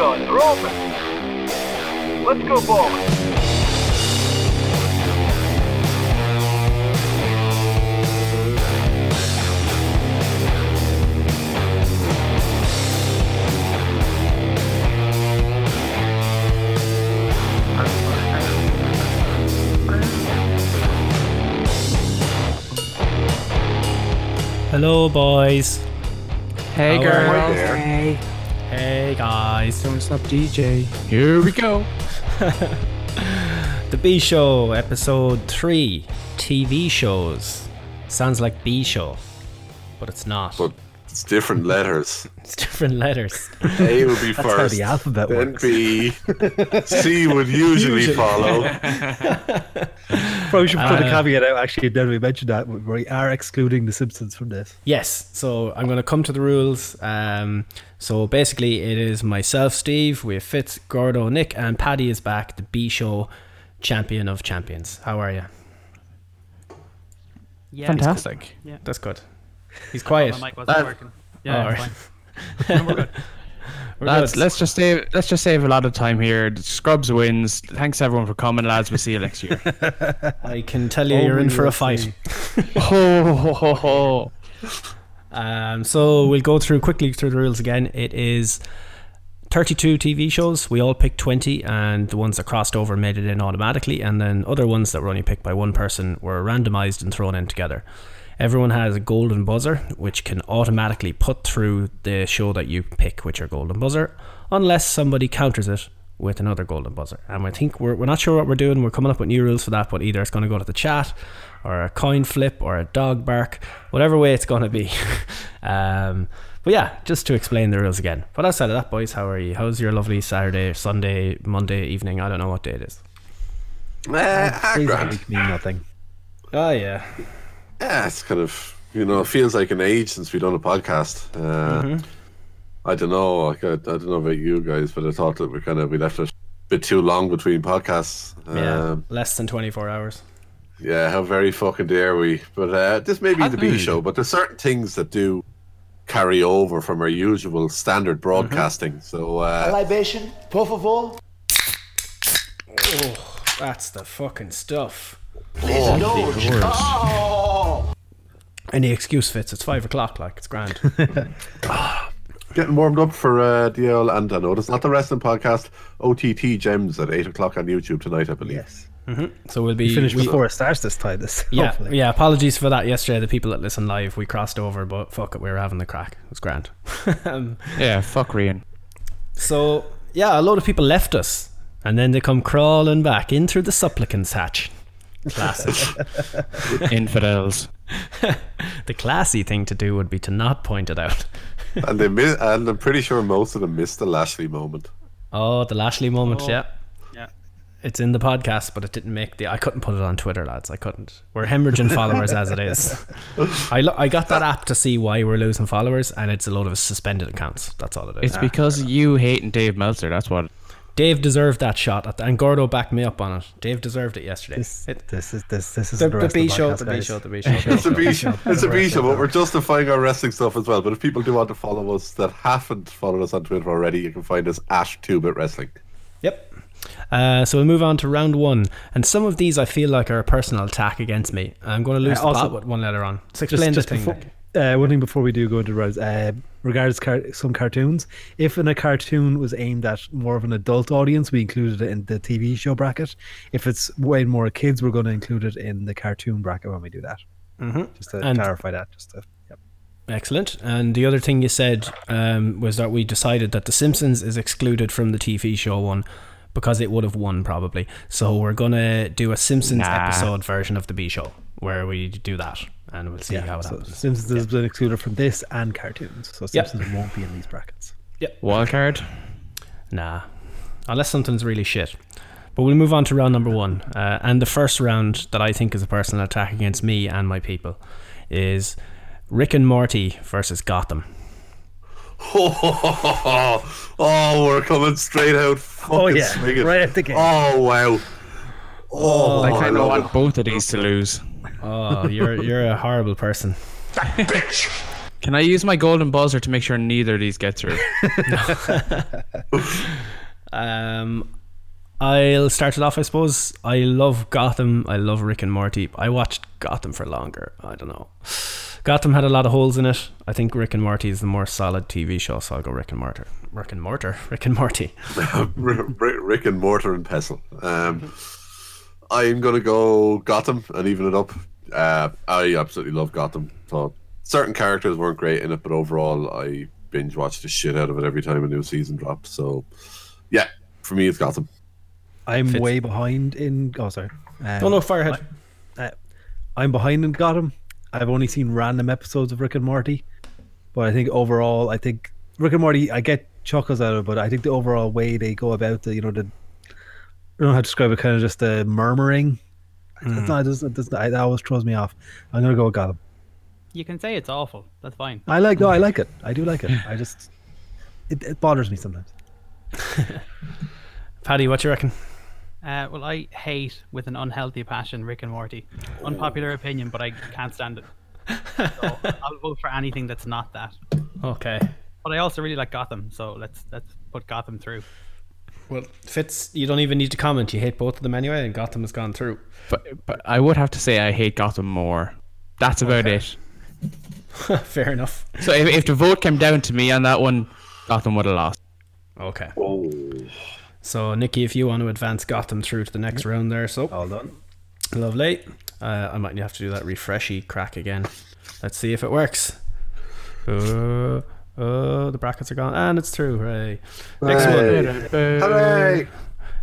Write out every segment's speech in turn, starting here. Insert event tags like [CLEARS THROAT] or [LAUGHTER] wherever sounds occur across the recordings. on. They're open. Let's go bowling. Hello, boys. Hey, How girl. are you? Hey. Hey, guys. Don't stop DJ. Here we go. [LAUGHS] The B Show, episode 3 TV shows. Sounds like B Show, but it's not. But it's different [LAUGHS] letters. It's different letters. [LAUGHS] A would be That's how first, the alphabet then works. [LAUGHS] B. C would usually follow. Probably should put a Uh, caveat out. Actually, now that we mentioned that, we are excluding The Simpsons from this. Yes, so I'm going to come to the rules. Um, so basically, it is myself, Steve, with Fitz, Gordo, Nick, and Paddy is back, the B Show champion of champions. How are you? Yeah, Fantastic. That's good. He's My quiet. mic wasn't working. Yeah, all it's right. fine. We're Lads, good. let's just save let's just save a lot of time here. The Scrubs wins. Thanks everyone for coming, lads. We'll see you next year. I can tell you, you're in for a fight. ho, ho, ho, ho. Um, so we'll go through quickly through the rules again. It is 32 TV shows. We all picked 20, and the ones that crossed over made it in automatically, and then other ones that were only picked by one person were randomized and thrown in together. Everyone has a golden buzzer, which can automatically put through the show that you pick with your golden buzzer, unless somebody counters it with another golden buzzer. And I think we're, we're not sure what we're doing. We're coming up with new rules for that, but either it's going to go to the chat, or a coin flip, or a dog bark, whatever way it's going to be. [LAUGHS] um, but yeah, just to explain the rules again. But outside of that, boys, how are you? How's your lovely Saturday, Sunday, Monday evening? I don't know what day it is. Eh, ah, Days of the grand. week mean nothing. Oh, yeah. Yeah, it's kind of you know, it feels like an age since we've done a podcast. Uh, Mm-hmm. I don't know. I, I don't know about you guys, but I thought that we kind of we left a bit too long between podcasts. Yeah. Um, Less than 24 hours. Yeah, how very fucking dare we? But uh, this may be the B show, but there's certain things that do carry over from our usual standard Mm-hmm. broadcasting. So uh, Libation, por favor. Oh, that's the fucking stuff. Please indulge. Oh, Any excuse fits. It's five o'clock, like, it's grand. getting warmed up for uh, DL and I know it's not the wrestling podcast. OTT gems at eight o'clock on YouTube tonight, I believe. Yes. so we'll be. We finished we- before it starts this time. This Yeah, hopefully. yeah. Apologies for that yesterday. The people that listened live, we crossed over, but fuck it, we were having the crack. It was grand. [LAUGHS] um, Yeah, fuck Rian. So yeah, a lot of people left us, and then they come crawling back in through the supplicants hatch. Classic. Infidels. the classy thing to do would be to not point it out. And they mi- and I'm pretty sure most of them missed the Lashley moment. Oh, the Lashley moment. Oh, yeah, yeah. It's in the podcast, but it didn't make the. I couldn't put it on Twitter, lads. I couldn't. We're hemorrhaging followers as it is. I lo- I got that app to see why we're losing followers, and it's a load of suspended accounts. That's all it is. Ah. It's because you hating Dave Meltzer. That's what. Dave deserved that shot, at the, and Gordo backed me up on it. Dave deserved it yesterday. This, It- this is this this is the, the the B wrestling show, podcast, the B guys. show, the B show, the B It's a show. B show. It's a B Wrestling show, but we're podcast. justifying our wrestling stuff as well. But if people do want to follow us that haven't followed us on Twitter already, you can find us at Two Bit Wrestling. [LAUGHS] Yep. Uh, so we move on to round one, and some of these I feel like are a personal attack against me. I'm going to lose Uh, the also- plot with one letter on. So Just, explain just the thing. before, Nick. uh, one thing before we do go into rounds, uh, regards car- some cartoons. If in a cartoon was aimed at more of an adult audience, we included it in the TV show bracket. If it's way more kids, we're going to include it in the cartoon bracket when we do that. Mm-hmm. Just to And- clarify that. Just to, yep. Excellent. And the other thing you said um, was that we decided that The Simpsons is excluded from the TV show one because it would have won probably. So we're going to do a Simpsons Nah. episode version of the B show where we do that, and we'll see how it So happens. Simpsons has been excluded from this and cartoons, so Simpsons won't be in these brackets. Wildcard. Nah. Unless something's really shit. But we'll move on to round number one. Uh, and the first round that I think is a personal attack against me and my people is Rick and Morty versus Gotham. Oh, we're coming straight out. Fucking Oh, yeah. swinging. Right at the gate. Oh wow. Oh, I I kind of love want both of these to lose. Oh, you're you're a horrible person. Can I use my golden buzzer to make sure neither of these get through? Um, I'll start it off, I suppose. I love Gotham. I love Rick and Morty. I watched Gotham for longer. I don't know. Gotham had a lot of holes in it. I think Rick and Morty is the more solid TV show, so I'll go Rick and Morty. Rick and Morty. Rick and Morty. R- R- Rick and Mortar and Pestle. Um, I'm gonna go Gotham and even it up. Uh, I absolutely love Gotham. So certain characters weren't great in it, but overall, I binge watched the shit out of it every time a new season dropped. So yeah, for me, it's Gotham. I'm way behind in. Oh, sorry. Um, Oh no, Firehead. Uh, I'm behind in Gotham. I've only seen random episodes of Rick and Morty, but I think overall, I think Rick and Morty. I get chuckles out of it, but I think the overall way they go about the, you know, the, I don't know how to describe it. Kind of just the murmuring. Mm. It's not, it doesn't, it doesn't, it always throws me off. I'm gonna go with Gotham. You can say it's awful. That's fine. I like. No, I like it. I do like it. I just, it, it bothers me sometimes. Paddy, what you reckon? Uh, well, I hate with an unhealthy passion Rick and Morty. Unpopular opinion, but I can't stand it. [LAUGHS] So I'll vote for anything that's not that. Okay. But I also really like Gotham, so let's let's put Gotham through. Well, Fitz, you don't even need to comment. You hate both of them anyway, and Gotham has gone through. [LAUGHS] But, but I would have to say I hate Gotham more. That's about it. Fair enough. So if, if the vote came down to me on that one, Gotham would have lost. Okay. So, Nikki, if you want to advance Gotham through to the next round there, so. All done. Lovely. Uh, I might have to do that refreshy crack again. Let's see if it works. Uh, uh, the brackets are gone, and it's through. Hooray. Next one Hooray!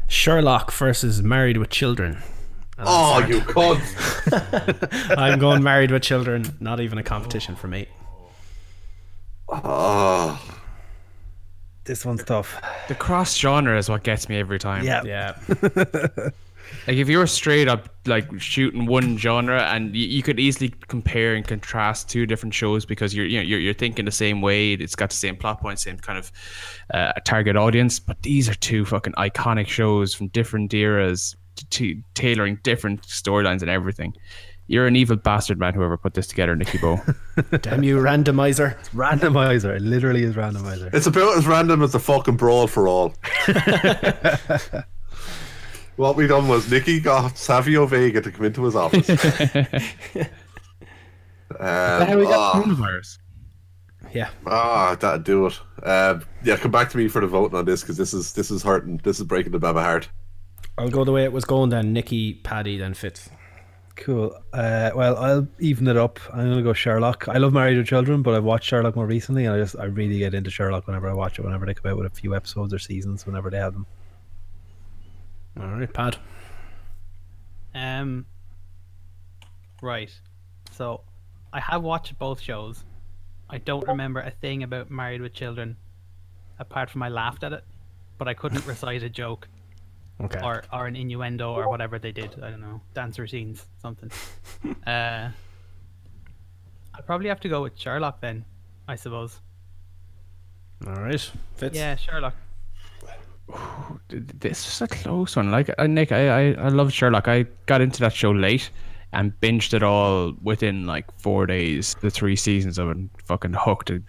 Sherlock versus Married with Children. Oh, you cunt! I'm going Married with Children, not even a competition for me. Oh, This one's tough. The cross genre is what gets me every time. Yeah. [LAUGHS] Yeah. Like if you're straight up like shooting one genre and you, you could easily compare and contrast two different shows because you're you know, you're you're thinking the same way. It's got the same plot point, same kind of uh, target audience. But these are two fucking iconic shows from different eras, to, tailoring different storylines and everything. You're an evil bastard, man. Whoever put this together, Nicky [LAUGHS] Bo. Damn you, randomizer. Randomizer. It literally is randomizer. it's about as random as the fucking brawl for all. what we done was Nicky got Savio Vega to come into his office. How um, we got oh, coronavirus? Yeah. ah, that'd do it. Um, yeah, come back to me for the voting on this because this is this is hurting. This is breaking the Baba heart. I'll go the way it was going then. Nikki, Paddy, then Fitz. Cool. Uh, well, I'll even it up. I'm gonna go Sherlock. I love Married to Children, but I've watched Sherlock more recently, and I just I really get into Sherlock whenever I watch it. Whenever they come out with a few episodes or seasons, whenever they have them. All right, Pad. Um, right. So I have watched both shows. I don't remember a thing about Married with Children, apart from I laughed at it, but I couldn't recite a joke. Okay. or or an innuendo or whatever they did. I don't know, dance routines, something. uh, I probably have to go with Sherlock then, I suppose. All right, Fitz. Yeah, Sherlock. this is a close one. Like uh, Nick, I, I I love Sherlock. I got into that show late and binged it all within like four days. The three seasons of it, and fucking hooked. It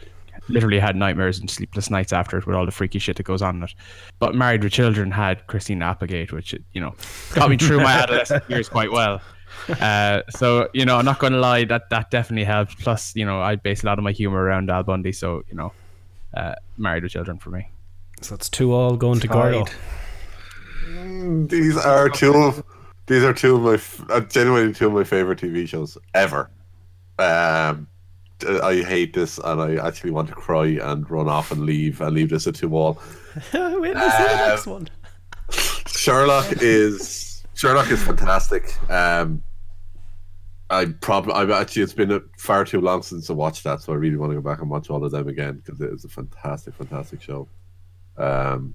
literally had nightmares and sleepless nights after it with all the freaky shit that goes on in it. But Married with Children had Christina Applegate, which you know got me through my adolescent years quite well. Uh, so you know, I'm not gonna lie, that that definitely helped. Plus, you know, I base a lot of my humor around Al Bundy, so you know, uh, Married with Children for me. So it's two all going to Gordo. These are two of these are two of my f- uh, genuinely two of my favorite TV shows ever. Um, t- I hate this, and I actually want to cry and run off and leave and leave this at two all. [LAUGHS] Wait, let's see the next one. Sherlock is Sherlock is fantastic. Um, I probably I'm actually it's been a, far too long since I watched that, so I really want to go back and watch all of them again because it is a fantastic, fantastic show. Um,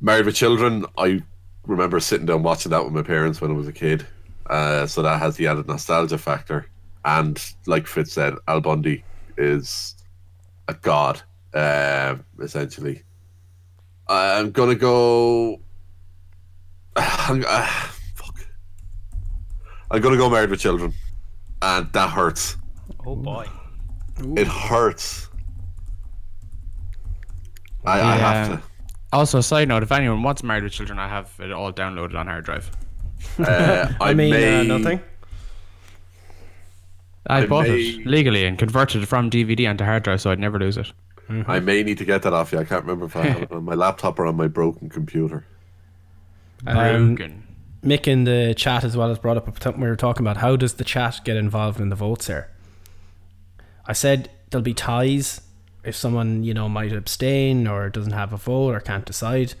Married with Children, I remember sitting down watching that with my parents when I was a kid, uh, so that has the added nostalgia factor. And like Fitz said, Al Bundy is a god, um, essentially. I'm gonna go. [SIGHS] I'm, ah, fuck. I'm gonna go married with children, and that hurts. Oh boy. It hurts. I, I have Also, side note: if anyone wants Married with Children, I have it all downloaded on hard drive. to. Uh, [LAUGHS] I, I mean, may, uh, nothing. I, I bought may- it legally and converted it from DVD onto hard drive, so I'd never lose it. I may need to get that off you. I can't remember if I have it on my laptop or on my broken computer. Um, Broken. Mick in the chat as well has brought up something we were talking about. How does the chat get involved in the votes here? I said there'll be ties if someone, you know, might abstain or doesn't have a vote or can't decide.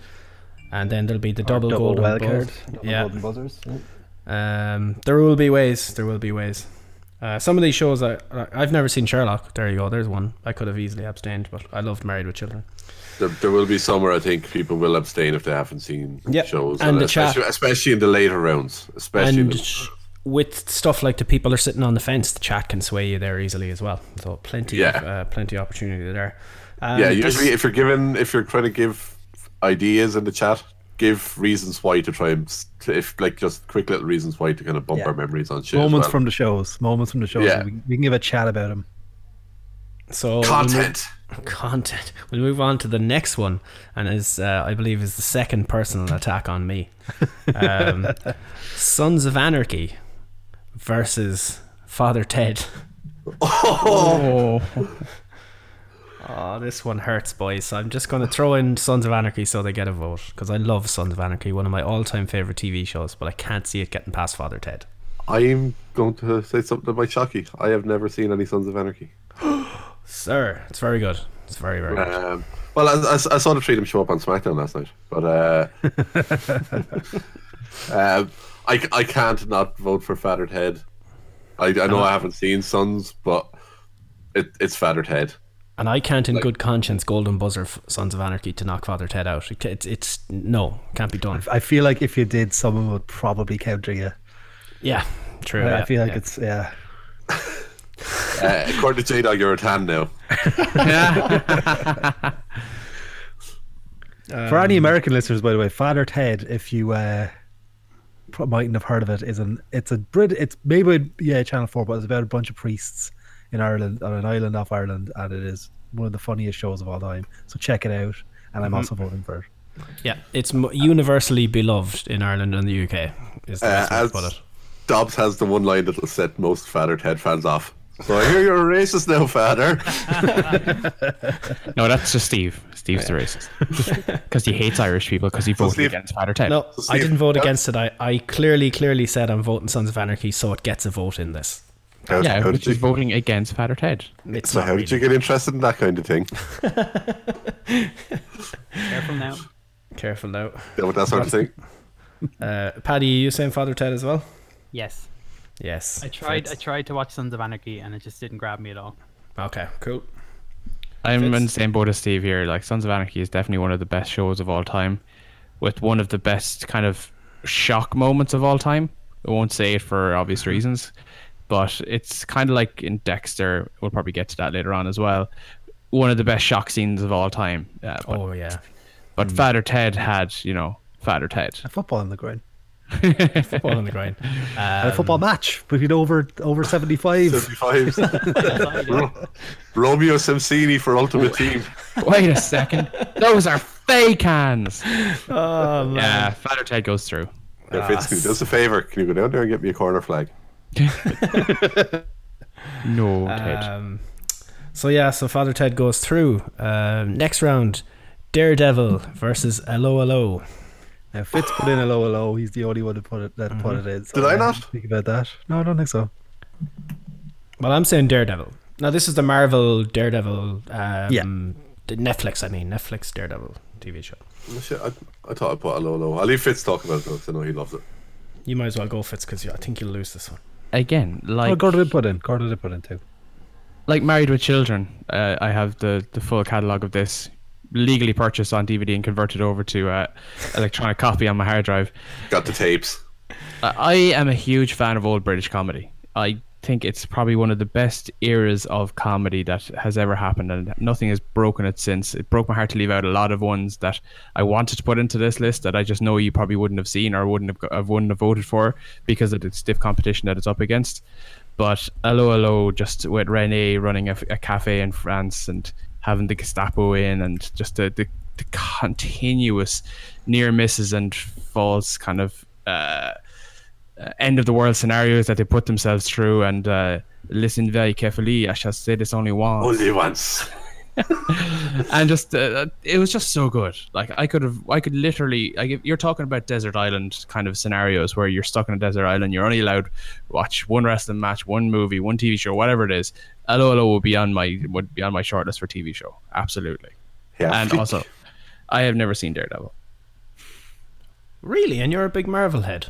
And then there'll be the double, Double golden wild bullet. card. Double Yeah. golden Golden buzzers. Um, there will be ways. There will be ways. Uh, some of these shows I I- I've never seen Sherlock. There you go. There's one I could have easily abstained, but I loved Married with Children. There, there will be somewhere I think people will abstain if they haven't seen Yep. shows, And the especially, chat. especially in the later rounds. Especially in and the- sh- with stuff like the people are sitting on the fence, the chat can sway you there easily as well. So plenty Yeah. of uh, plenty opportunity there. Um, yeah, there's- usually if you're given, if you're trying to give ideas in the chat, give reasons why to try and s- to- if like just quick little reasons why to kind of bump Yeah. our memories on shit. as Moments well. from the shows. Moments from the shows. Yeah. We, we can give a chat about them. so content. We'll move, content. [LAUGHS] We'll move on to the next one, and is uh, I believe is the second personal attack on me. Um, Sons of Anarchy versus Father Ted. Oh, [LAUGHS] Oh, this one hurts, boys. So I'm just going to throw in Sons of Anarchy so they get a vote because I love Sons of Anarchy, one of my all-time favorite TV shows. But I can't see it getting past Father Ted. I'm going to say something that might shock you. I have never seen any Sons of Anarchy. Sir, it's very good. It's very very good. Um, well, I, I, I saw the Freedom show up on SmackDown last night, but uh, [LAUGHS] um, I, I can't not vote for Fattered Head. I, I Uh-huh. know I haven't seen Sons, but it, it's Fattered Head. And I can't, in good conscience, Golden Buzzer f- Sons of Anarchy to knock Father Ted out. It, it's it's no, can't be done. I feel like if you did, someone would probably counter you. Yeah, true. I yeah, feel like yeah. it's yeah. Uh, according to J Dog, you're a tan now. uh, For any Um, American listeners, by the way, Father Ted, if you uh, pro- mightn't have heard of it, is an it's a Brit. It's maybe yeah, Channel Four, but it's about a bunch of priests in Ireland on an island off Ireland, and it is one of the funniest shows of all time. So check it out, Mm-hmm. and I'm also voting for it. yeah, it's m- universally beloved in Ireland and the UK. Is the Uh, best way to as put it. Dobbs has the one line that'll set most Fattered Head fans off. So I hear you're a racist now, Father. no, that's just Steve. Steve's the racist [LAUGHS] because he hates Irish people because he voted Steve- against Father Ted. No, I So Steve- didn't vote Yeah. against it. I, I clearly clearly said I'm voting Sons of Anarchy, so it gets a vote in this. [LAUGHS] How, yeah, how which did you, is voting against Father Ted. It's so not how really. did you get interested in that kind of thing? Careful now. Careful now. Yeah, with that sort [LAUGHS] of thing. Uh, Paddy, you saying Father Ted as well? Yes, Yes. I tried. I Fits. tried to watch Sons of Anarchy, and it just didn't grab me at all. Okay, cool. I'm in the Fitz? same boat as Steve here. Like Sons of Anarchy is definitely one of the best shows of all time, with one of the best kind of shock moments of all time. I won't say it for obvious Mm-hmm. reasons, but it's kind of like in Dexter. We'll probably get to that later on as well. One of the best shock scenes of all time. Uh, but Oh yeah, but Father Ted had, you know, Father Ted. [LAUGHS] A football on the ground, football on the [LAUGHS] ground. and a Um, football match between over over seventy [LAUGHS] five. 75s. Ro- Romeo Simsini for [LAUGHS] Ultimate Team. Wait a second, those are fake hands. [LAUGHS] Oh man. Yeah, Father Ted goes through. If it's do us a favor, can you go down there and get me a corner flag? No Ted. Um, so yeah, so Father Ted goes through. Um, next round, Daredevil versus LOLO. Now Fitz put in a low, a low. He's the only one to put it that put it in. Mm-hmm. so Did I don't not? think about that? No, I don't think so. Well, I'm saying Daredevil. Now this is the Marvel Daredevil. Um, Yeah. the Netflix, I mean Netflix Daredevil TV show. Oh, shit, I, I thought I put a low low. I'll leave Fitz talking about it because I know he loves it. You might as well go Fitz because I think you'll lose this one. Again, like Oh, Gordon did put in. Gordon did put in too. like Married with Children, uh, I have the, the full catalog of this legally purchased on DVD and converted over to uh, electronic copy on my hard drive. Got the tapes. I I am a huge fan of old British comedy. I think it's probably one of the best eras of comedy that has ever happened, and nothing has broken it since. It broke my heart to leave out a lot of ones that I wanted to put into this list that I just know you uh, probably wouldn't have seen or wouldn't have, go- have wouldn't have voted for because of the stiff competition that it's up against. But hello, hello, just with Rene running a, a cafe in France and having the Gestapo in, and just the, the, the continuous near misses and false kind of uh, uh, end of the world scenarios that they put themselves through. And uh, listen very carefully, I shall say this only once. Only once. and just uh, it was just so good. Like I could have, I could literally. Like if you're talking about desert island kind of scenarios where you're stuck on a desert island, you're only allowed watch one wrestling match, one movie, one TV show, whatever it is. Hello, hello would be on my would be on my shortlist for TV show. Absolutely. Yeah. And also, I have never seen Daredevil. Really? And you're a big Marvel head?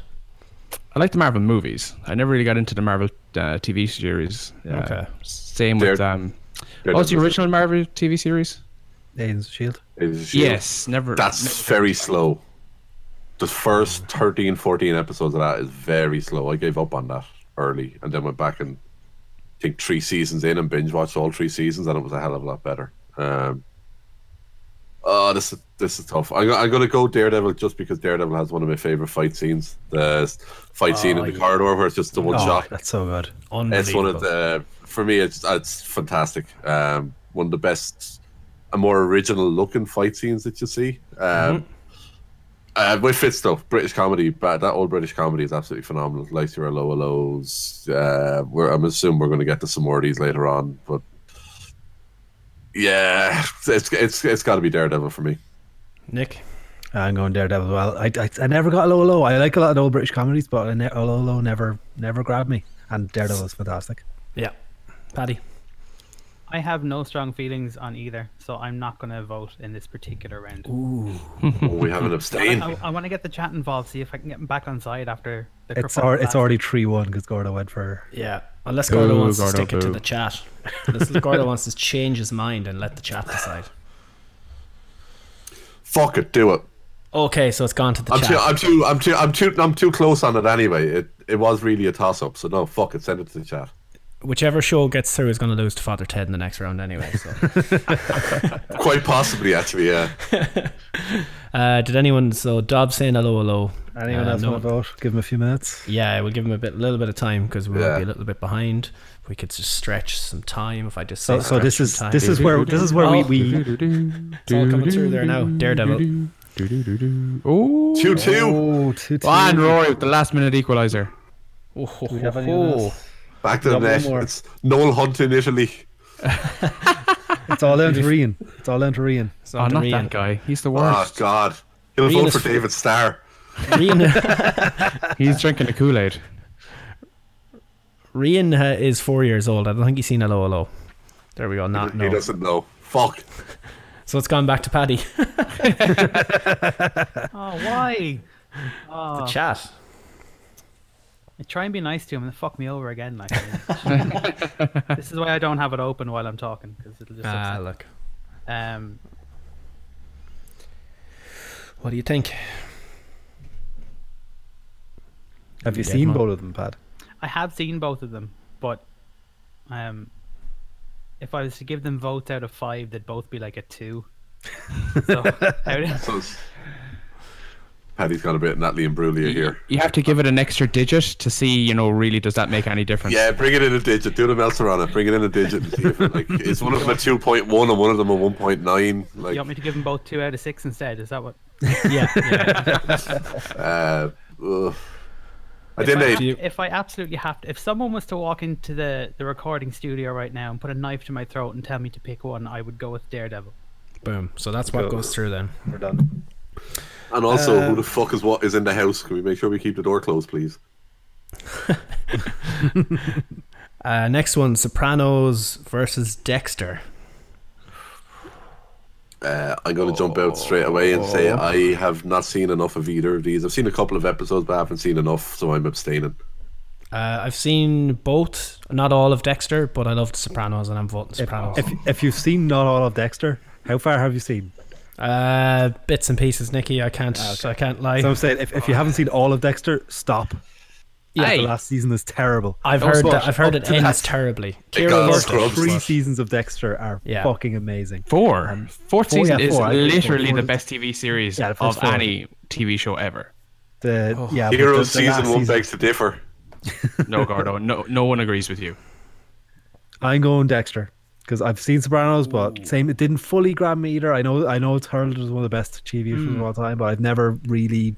I like the Marvel movies. I never really got into the Marvel uh, TV series. Uh, Okay. Same with Darede- um. Oh, What was the Daredevil. original Marvel TV series? Agents of Shield. Agents of S.H.I.E.L.D.. Yes, never. That's very slow. The first 13, 14 episodes of that is very slow. I gave up on that early and then went back and I think three seasons in and binge watched all three seasons and it was a hell of a lot better. Um, oh, this is this is tough. I'm, go- I'm gonna go Daredevil just because Daredevil has one of my favorite fight scenes. The fight scene in the corridor where it's just the one Oh, shot. that's so good. It's one Unbelievable. of the for me it's it's fantastic. Um, one of the best, a more original looking fight scenes that you see. Um, uh, Mm-hmm. with Fitz though, British comedy, but that old British comedy is absolutely phenomenal. Like your lower lows. Uh, we're, I'm assuming we're going to get to some more of these later on, but yeah, it's it's it's got to be Daredevil for [LAUGHS] me. Nick. I'm going Daredevil as well. I, I, I never got low low. I like a lot of the old British comedies, but I ne- low low never never grabbed me. And Daredevil is fantastic. Yeah. Paddy. I have no strong feelings on either, so I'm not going to vote in this particular round. Oh, we have an abstain. I, want to get the chat involved, see if I can get them back on side after the It's kerfuffle al- it's last- already three one because Gordo went for Yeah. Unless Boo, Gordo wants to Gordo, stick it to boo. the chat. Unless Gordo wants to change his mind and let the chat decide. Fuck it, do it. Okay, so it's gone to the I'm chat. too, I'm too, I'm too, I'm too, I'm too close on it anyway. It it was really a toss up, so no, fuck it, send it to the chat. Whichever show gets through is going to lose to Father Ted in the next round anyway. [LAUGHS] So. Quite possibly, actually, yeah. uh, did anyone? So Dob saying hello, hello. anyone Uh, else no want to vote? Give him a few minutes. Yeah, we'll give him a bit, little bit of time because we might Yeah. be a little bit behind. If we could just stretch some time, if I just say So, so this stretch is some time. this is where this is where Oh. we, we It's all coming through there [LAUGHS] now. Daredevil. Oh, Two two. oh two two. and Rory with the last minute equalizer. Oh, ho, Do we ho, have anyone ho. else? Back to the Got one net. more. It's Noel Hunt in Italy. It's all down to Rian. It's all down to Rian. It's Oh, not not Rian. that guy. He's the Oh worst. God, he'll Real vote for is- David Starr. [LAUGHS] Rian, He's drinking a Kool Aid. Rian uh, is four years old. I don't think he's seen hello, hello. There we go. Not He no. doesn't know. Fuck. So it's gone back to [LAUGHS] Paddy. Oh, why? Oh, Chat. I try and be nice to him and fuck me over again. Like, this is why I don't have it open while I'm talking because it'll just. Ah, upset. look. Um, What do you think? Have you Dead seen man. both of them, Pat? I have seen both of them, but um, if I was to give them votes out of five, they'd both be like a two. so, out- So it's- Paddy's got a bit of Natalie and Brulia here. You have to give it an extra digit to see, you know, really does that make any difference? Yeah, bring it in a digit. Do the Meltzer on it. Bring it in a digit. And see if it, like, is one of them a two point one and one of them a one point nine? you Like, want me to give them both two out of six instead? Is that what? Yeah. uh, ugh. I If I, didn't. ab- know- if I absolutely have to, if someone was to walk into the, the recording studio right now and put a knife to my throat and tell me to pick one, I would go with Daredevil. Boom. So that's what goes through then. We're done. And also, who the fuck is what is in the house? Can we make sure we keep the door closed, please? Uh, next one Sopranos versus Dexter. Uh, I'm going to jump out straight away and say Oh. I have not seen enough of either of these. I've seen a couple of episodes, but I haven't seen enough, so I'm abstaining. Uh, I've seen both, not all of Dexter, but I loved Sopranos and I'm voting Sopranos. If if you've seen not all of Dexter, how far have you seen? uh, bits and pieces, Nikki. I can't. Ah, I can't lie. So I'm saying if, if you haven't seen all of Dexter, stop. Yeah, the last season is terrible. I've Don't heard watch that. I've heard up it to ends that. terribly. It Kieran got loved it. scrubbed. Three seasons of Dexter are Yeah. fucking amazing. Four. Fourth four, season yeah, is four. I think it's literally four. the best TV series Yeah, the of first four. any TV show ever. The yeah, but the- Oh. Heroes the last season one season- begs to differ. No, Gordo. No, no one agrees with you. I'm going Dexter because I've seen Sopranos, but same, it didn't fully grab me either. I know, I know, it's hurled as one of the best TV shows of all time, but I've never really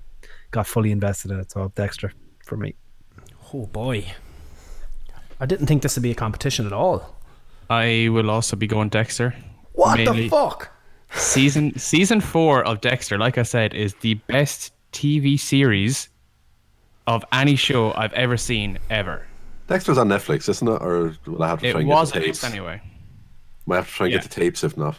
got fully invested in it. So Dexter for me. Oh boy, I didn't think this would be a competition at all. I will also be going Dexter. What the Mainly- fuck? Season season four of Dexter, like I said, is the best TV series of any show I've ever seen ever. Dexter's on Netflix, isn't it? Or will I have to It try and was get the tapes? tapes anyway. Might have to try and Yeah. get the tapes if not.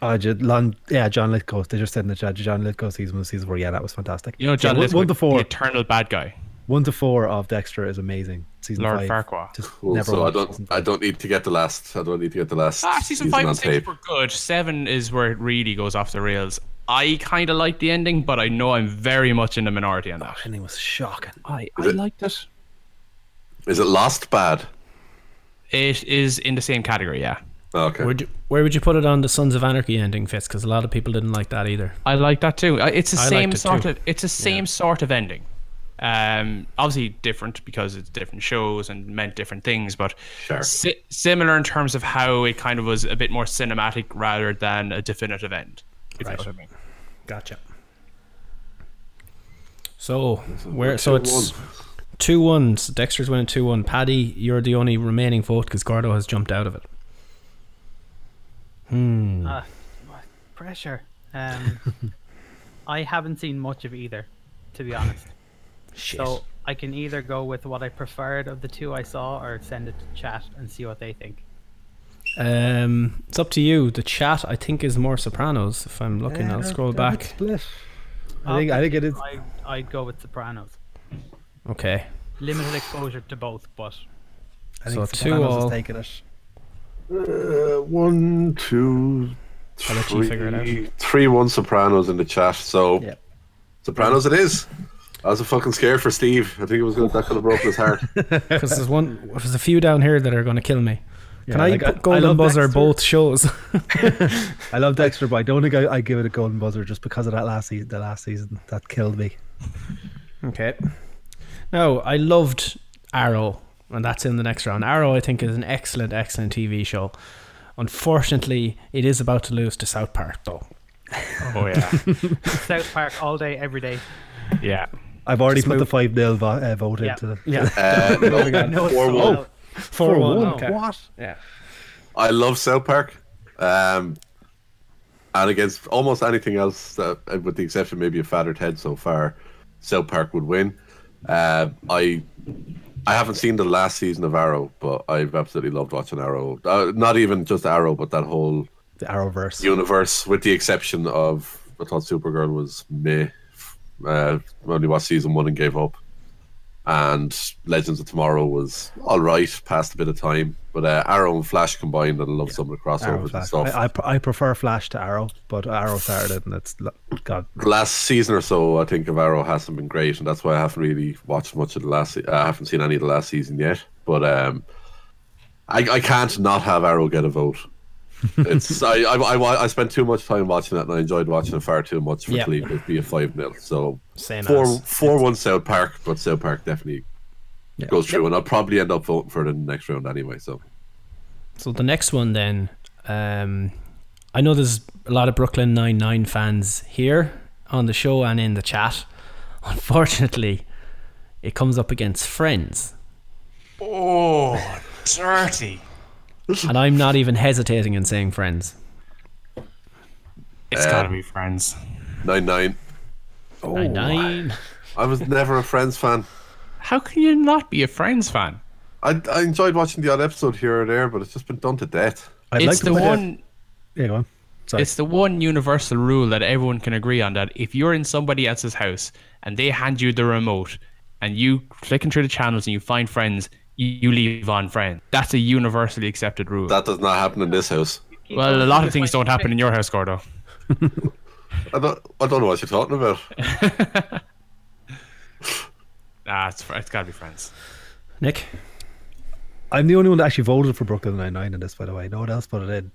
I just, Lon, yeah, John Lithgow. They just said in the chat, John Lithgow season one, season four. Yeah, that was fantastic. You know, John yeah, one- Lithgow, one to the four, eternal bad guy. one to four of Dexter is amazing. Season Lord five, Farquaad. just Cool. never so I watched don't. season I don't need to get the last. I don't need to get the last. Ah, season five on and six tape. were good. Seven is where it really goes off the rails. I kind of like the ending, but I know I'm very much in the minority on that. five. And it was shocking. I, Is it- liked it. Is it Lost bad? It is in the same category, yeah. Oh, Okay. Would you, where would you put it on the Sons of Anarchy ending, Fitz? Because a lot of people didn't like that either. I like that too. Uh, It's the I same liked it sort too. of. It's the same sort of ending. Um, obviously different because it's different shows and meant different things, but Sure. si- similar in terms of how it kind of was a bit more cinematic rather than a definitive end. If you know what I mean. Gotcha. So where? So it's two ones. Dexter's winning two one. Paddy, you're the only remaining vote because Gordo has jumped out of it. Ah, what pressure. Um, [LAUGHS] I haven't seen much of either, to be honest. Shit. So I can either go with what I preferred of the two I saw, or send it to chat and see what they think. Um, it's up to you. The chat, I think, is more Sopranos. If I'm looking, I'll scroll back. Split. I think I think it is. I I'd go with Sopranos. Okay. Limited exposure to both, but I think so two Sopranos is all. taking it. Uh, one, two, I'll let you figure it out. three, three, one Sopranos in the chat. So Yeah. Sopranos it is. I was a fucking scared for Steve. I think it was gonna, that could have broken [LAUGHS] his heart. Because there's one, there's a few down here that are going to kill me. Can I like, I- put golden I love buzzer Dexter. both shows? [LAUGHS] I love Dexter, but I don't think I, I give it a golden buzzer just because of that last season. The last season that killed me. okay. No, I loved Arrow, and that's in the next round. Arrow, I think, is an excellent, excellent TV show. Unfortunately, it is about to lose to South Park, though. [LAUGHS] Oh yeah, South Park all day, every day. yeah. I've already put the five 0 vo- uh, vote Yeah. into them. Uh, Oh No, it's Four sold one. out. Four one. Oh. okay. What? Yeah. I love South Park, um, and against almost anything else, that, uh, with the exception maybe of Fathered Head so far, South Park would win. Um I I haven't seen the last season of Arrow, but I've absolutely loved watching Arrow. Uh, not even just Arrow, but that whole The Arrowverse. universe, with the exception of I thought Supergirl was meh. Uh, only watched season one and gave up. And Legends of Tomorrow was all right, passed a bit of time. But uh, Arrow and Flash combined, and I love some of the Arrow crossovers and Flash. stuff. I, I, pr- I prefer Flash to Arrow, but Arrow started it, and it's lo- God. the last season or so, I think of Arrow hasn't been great, and that's why I haven't really watched much of the last. Se- I haven't seen any of the last season yet. But um, I, I can't not have Arrow get [LAUGHS] a vote. It's I, I, I wa- I spent too much time watching it, and I enjoyed watching it far too much for Yeah. it to leave it be a five 0 So Same four as. four one South Park, but South Park definitely goes through, and I'll probably end up voting for it in the next round anyway. So So the next one then, um, I know there's a lot of Brooklyn Nine Nine fans here on the show and in the chat. [LAUGHS] Unfortunately, it comes up against Friends, Oh, dirty. and I'm not even hesitating in saying Friends. It's gotta be friends. nine nine. Oh, Oh, Nine Nine. I was never a Friends fan. How can you not be a Friends fan? I, I enjoyed watching the odd episode here or there, but it's just been done to death. I'd it's the put it- one. Yeah, go on. Sorry. It's the one universal rule that everyone can agree on that if you're in somebody else's house and they hand you the remote and you clicking through the channels and you find friends, you, you leave on friends. That's a universally accepted rule. That does not happen in this house. well, a lot of things don't happen in your house, Gordo. I don't, I don't know what you're talking about. Ah, it's, fr- it's gotta be friends. Nick. I'm the only one that actually voted for Brooklyn Nine Nine in this, by the way. No one else put it in.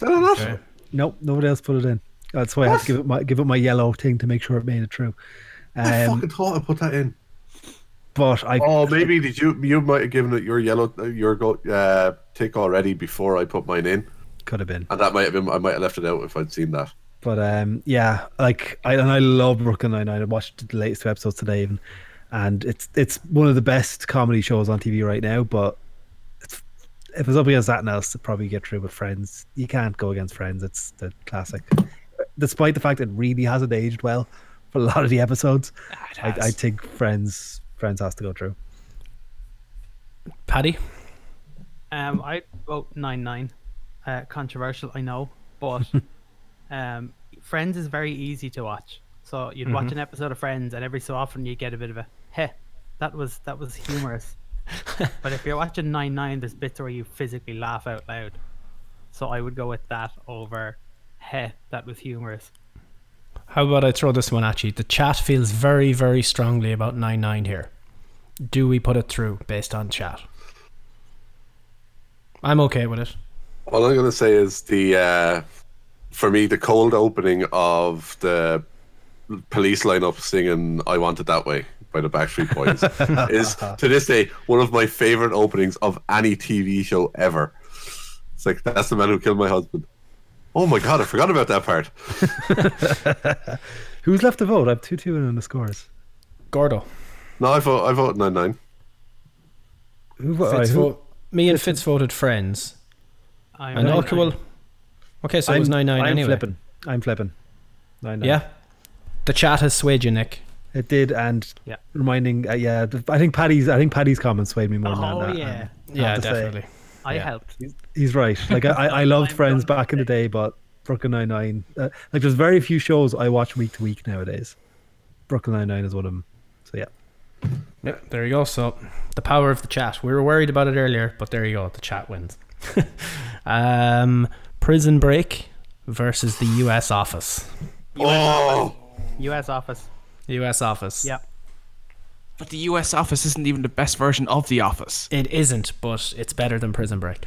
Did I not? Nope, nobody else put it in. That's why I had to give it my give it my yellow thing to make sure it made it through. I Um, fucking thought I put that in. But I Oh, maybe did you? You might have given it your yellow, your go, uh, tick already before I put mine in, could have been. and that might have been. I might have left it out if I'd seen that. But um, yeah, like I and I love Brooklyn Nine Nine. I watched the latest two episodes today, even, and it's it's one of the best comedy shows on TV right now. But it's, if it's up against that and else, it'd probably get through with Friends. You can't go against Friends. It's the classic, despite the fact it really hasn't aged well for a lot of the episodes. I, I think Friends Friends has to go through. Paddy? Um, I vote nine nine. Uh, controversial, I know, [LAUGHS] but um, Friends is very easy to watch. So you'd watch Mm-hmm. an episode of Friends, and every so often you get a bit of a "Heh, that was that [LAUGHS] was humorous." but if you're watching Nine Nine, there's bits where you physically laugh out loud. So I would go with that over "Heh, that was humorous." How about I throw this one at you? The chat feels very, very strongly about 9 9 here. Do we put it through based on chat? I'm okay with it. All I'm going to say is the, uh, for me, the cold opening of the police lineup singing "I Want It That Way" by the Backstreet Boys is to this day one of my favorite openings of any TV show ever. It's like that's the man who killed my husband. Oh my god, I forgot about that part. Who's left to vote? I've two two in on the scores. Gordo. No, I vote. I vote nine nine. Who, vo- Fitz who- vo- me and Fitz voted friends. I'm And 9-9. okay, well, okay, so it was 9 9 I'm anyway. flipping. I'm flipping. Nine nine. Yeah. The chat has swayed you, Nick. It did, and Yeah. reminding, uh, yeah, th- I think Paddy's, I think Paddy's comments swayed me more Oh, than that. and yeah. I Yeah, have to say, definitely. I Yeah. helped. he's [LAUGHS] right. Like I, I, I loved I'm Friends done. back in the day, but Brooklyn Nine Nine, uh, like there's very few shows I watch week to week nowadays. Brooklyn Nine Nine is one of them. So yeah, Yeah, there you go. So the power of the chat. We were worried about it earlier, but there you go. The chat wins. [LAUGHS] um, prison Break versus the U.S. Office. Oh, U.S. Office. U.S. Office. Yeah. But the US Office isn't even the best version of the Office. It isn't, but it's better than Prison Break.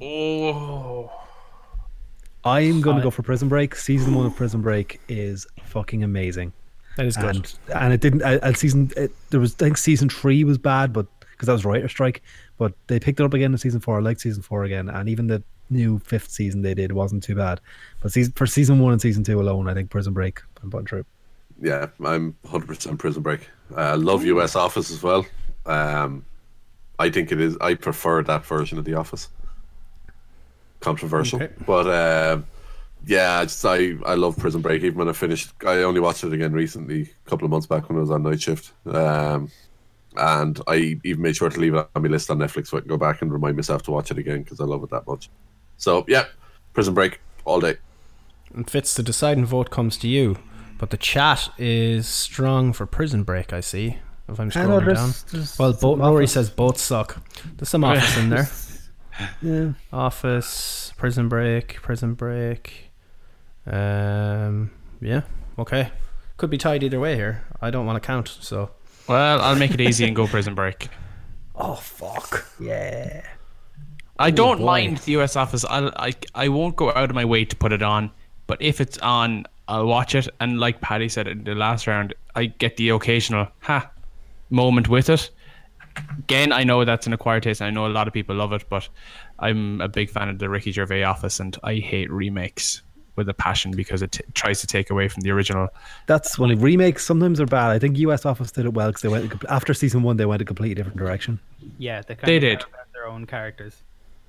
Oh. I'm gonna go for Prison Break. Season one of Prison Break is fucking amazing, That is good. and and it didn't. And season it, there was I think season three was bad, but because that was writer strike, but they picked it up again in season four. I like season four again, and even the new fifth season they did wasn't too bad. But season for season one and season two alone, I think Prison Break I'm putting through. yeah, I'm 100% Prison Break. Uh, love US Office as well. Um, I think it is. I prefer that version of The Office. Controversial, Okay. but um yeah, I just I, I love Prison Break. Even when I finished, I only watched it again recently, a couple of months back when I was on night shift. Um, and I even made sure to leave it on my list on Netflix so I can go back and remind myself to watch it again because I love it that much. So yeah, Prison Break all day. And Fitz, the deciding vote comes to you, but the chat is strong for Prison Break. I see. If I'm I know, scrolling down. there's- there's Well, some both Rory offers. says both suck. There's some office in there. Office, Prison Break, Prison Break. Um, yeah, okay. Could be tied either way here. I don't want to count, so. Well, I'll make it easy and go Prison Break. Oh fuck! Yeah. I don't boy. mind the US Office. I'll, I I won't go out of my way to put it on, but if it's on, I'll watch it. And like Paddy said in the last round, I get the occasional ha moment with it. Again, I know that's an acquired taste. And I know a lot of people love it, but I'm a big fan of the Ricky Gervais Office, and I hate remakes with a passion because it t- tries to take away from the original. That's one of remakes. Sometimes are bad. I think U.S. Office did it well because they went after season one. They went a completely different direction. Yeah, they, kind They of did. found out their own characters.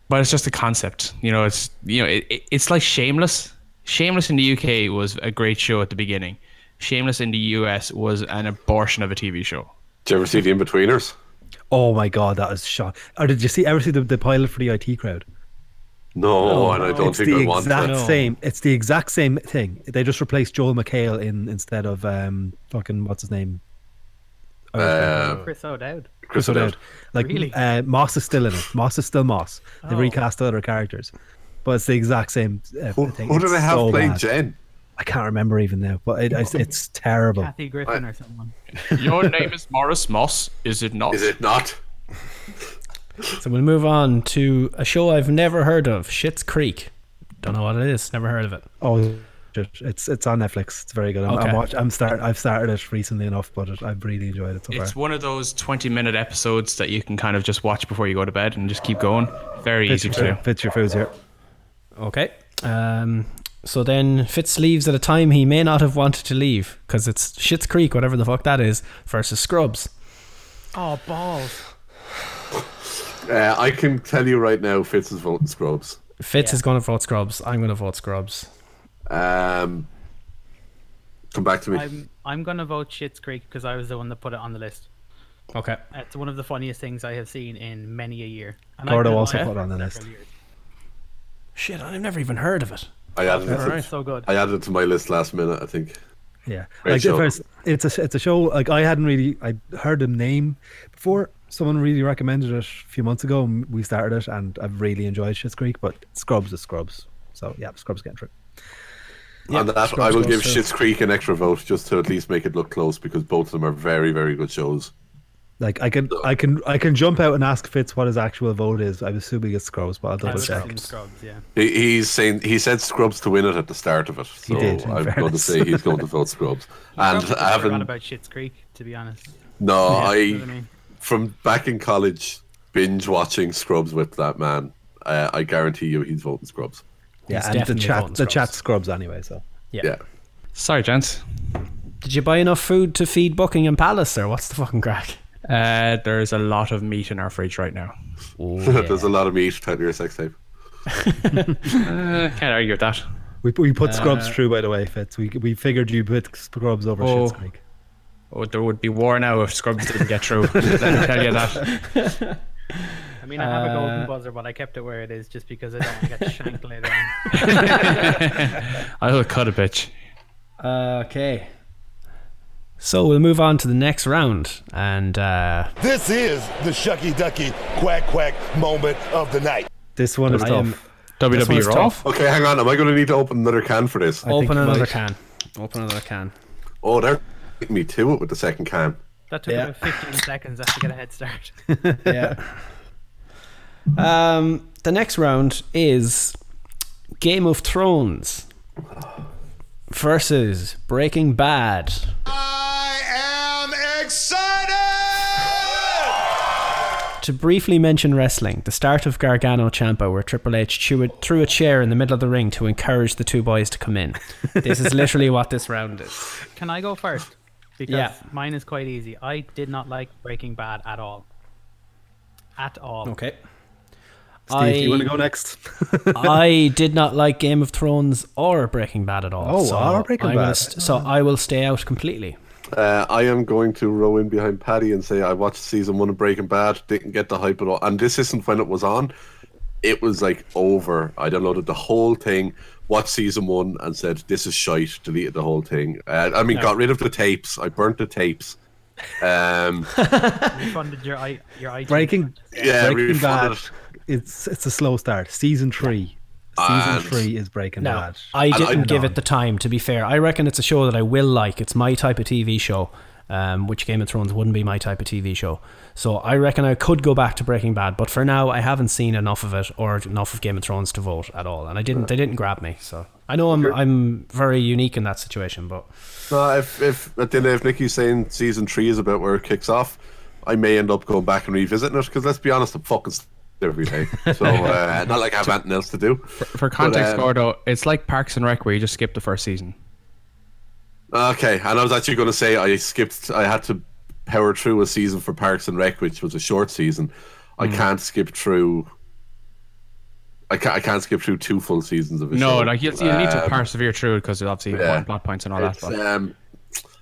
but it's just a concept. You know, it's you know, it, it- it's like Shameless. Shameless in the UK was a great show at the beginning. Shameless in the US was an abortion of a TV show. Did you ever see The Inbetweeners? Oh my god, that is shot. Or did you see ever see the, the pilot for the IT crowd? No, and Oh, I don't it's think the I want exact to. same. It's the exact same thing. They just replaced Joel McHale in instead of um fucking what's his name. Uh, Chris O'Dowd. Chris So O'Dowd. that- Like Really? uh, Moss is still in it. Moss is still Moss. They Oh. recast the other characters, but it's the exact same uh, Who, thing. who do It's they have so playing bad. Jen? I can't remember even now, but it, it's, it's terrible. Kathy Griffin or someone. Your name is Morris Moss, is it not? Is it not? So we'll move on to a show I've never heard of, Shit's Creek. Don't know what it is. Never heard of it. Oh, it. It's it's on Netflix. It's very good. I'm, Okay. I'm, watch, I'm start. I've started it recently enough, but it, I've really enjoyed it so far. It's one of those 20 minute episodes that you can kind of just watch before you go to bed and just keep going. Very Fits easy your, to do. food- fits your foods here. Okay. Um, so then Fitz leaves at a time he may not have wanted to leave because it's Shit's Creek, whatever the fuck that is, versus Scrubs. Oh balls! Uh, I can tell you right now, Fitz is voting Scrubs. Fitz is going to vote Scrubs. I'm going to vote Scrubs. Um, come back to me. [LAUGHS] I'm I'm gonna vote Shit's Creek because I was the one that put it on the list. Okay. It's one of the funniest things I have seen in many a year. And I've Gordo been also alive put it on the for list. several years. Shit, I've never even heard of it. I added it. To, It's so good. I added it to my list last minute. I think. Yeah, Great like show. the first, it's a it's a show. Like I hadn't really I heard the name before. Someone really recommended it a few months ago, and we started it, and I've really enjoyed Shit's Creek. But Scrubs is Scrubs, so yeah, Scrubs getting through. and that I Scrubs will goes give through. Shit's Creek an extra vote just to at least make it look close because both of them are very, very good shows. Like I can I can I can jump out and ask Fitz what his actual vote is. I'm assuming it's Scrubs, but I'll I double was check. thinking Scrubs, yeah. He, he's saying he said Scrubs to win it at the start of it, so did, in I'm going to fairness. say he's going to vote Scrubs. and Probably I forgot haven't. about Shit's Creek, to be honest. No, You know what I I mean? from back in college binge watching Scrubs with that man. Uh, I guarantee you, he's voting Scrubs. Yeah, He's and the definitely chat voting the Scrubs. chat Scrubs anyway. So Yeah. [LAUGHS] Sorry, gents. Did you buy enough food to feed Buckingham Palace, or what's the fucking crack? Uh, there's a lot of meat in our fridge right now. There's a lot of meat tied to your sex tape. Uh, can't argue with that. we we put Scrubs through by the way, Fitz. We we figured you put Scrubs over Oh. Shit's Creek. Oh, there would be war now if Scrubs didn't get through. Let me tell you that. I mean, I have a golden buzzer, but I kept it where it is just because I don't want to get shanked later on. I will cut a bitch. Uh, Okay. So we'll move on to the next round, and uh, This is the Shucky Ducky Quack Quack moment of the night. This one is I tough. am this one WWE is E Raw. tough. Okay, hang on. Am I going to need to open another can for this? think Open you another might. can. Open another can. Oh, they're beating me to it with the second can. [LAUGHS] That took Yeah. about 15 seconds. I have to get a head start. [LAUGHS] yeah. [LAUGHS] Um, the next round is Game of Thrones versus Breaking Bad. I am excited! To briefly mention wrestling, the start of Gargano Champa, where Triple H threw a, threw a chair in the middle of the ring to encourage the two boys to come in. This [LAUGHS] is literally what this round is. Can I go first? Because Yeah. mine is quite easy. I did not like Breaking Bad at all. At all. Okay. Steve, do you want I- to go next? [LAUGHS] I did not like Game of Thrones or Breaking Bad at all. Oh, so or Breaking I'm gonna Bad. st- so I will stay out completely. Uh, I am going to row in behind Paddy and say I watched season one of Breaking Bad, didn't get the hype at all. And this isn't when it was on. It was like over. I downloaded the whole thing, watched season one, and said, This is shite. Deleted the whole thing. Uh, I mean, got rid of the tapes. I burnt the tapes. Um, Funded your, i- your iTunes Breaking yeah, Breaking refunded Bad. it. It's it's a slow start. Season three. And- Season three is Breaking No, Bad. I I- didn't give No. it the time. To be fair, I reckon it's a show that I will like. It's my type of TV show, um, which Game of Thrones wouldn't be my type of TV show. So I reckon I could go back to Breaking Bad, but for now I haven't seen enough of it or enough of Game of Thrones to vote at all, and I didn't. They didn't grab me. So I know I'm I'm very unique in that situation, but No, if if at the end if Nicky's saying season three is about where it kicks off, I may end up going back and revisiting it because let's be honest, I'm fucking s- every day. So uh, not like I have anything else to do. For context, um, Gordo, it's like Parks and Rec where you just skip the first season. Okay, and I was actually going to say I skipped. I had to power through a season for Parks and Rec, which was a short season. I Hmm. can't skip through. I can't, I can't skip through two full seasons of a show. No, like you'll, you'll need to Um, persevere through it because obviously yeah. important plot points and all that. It's, But um,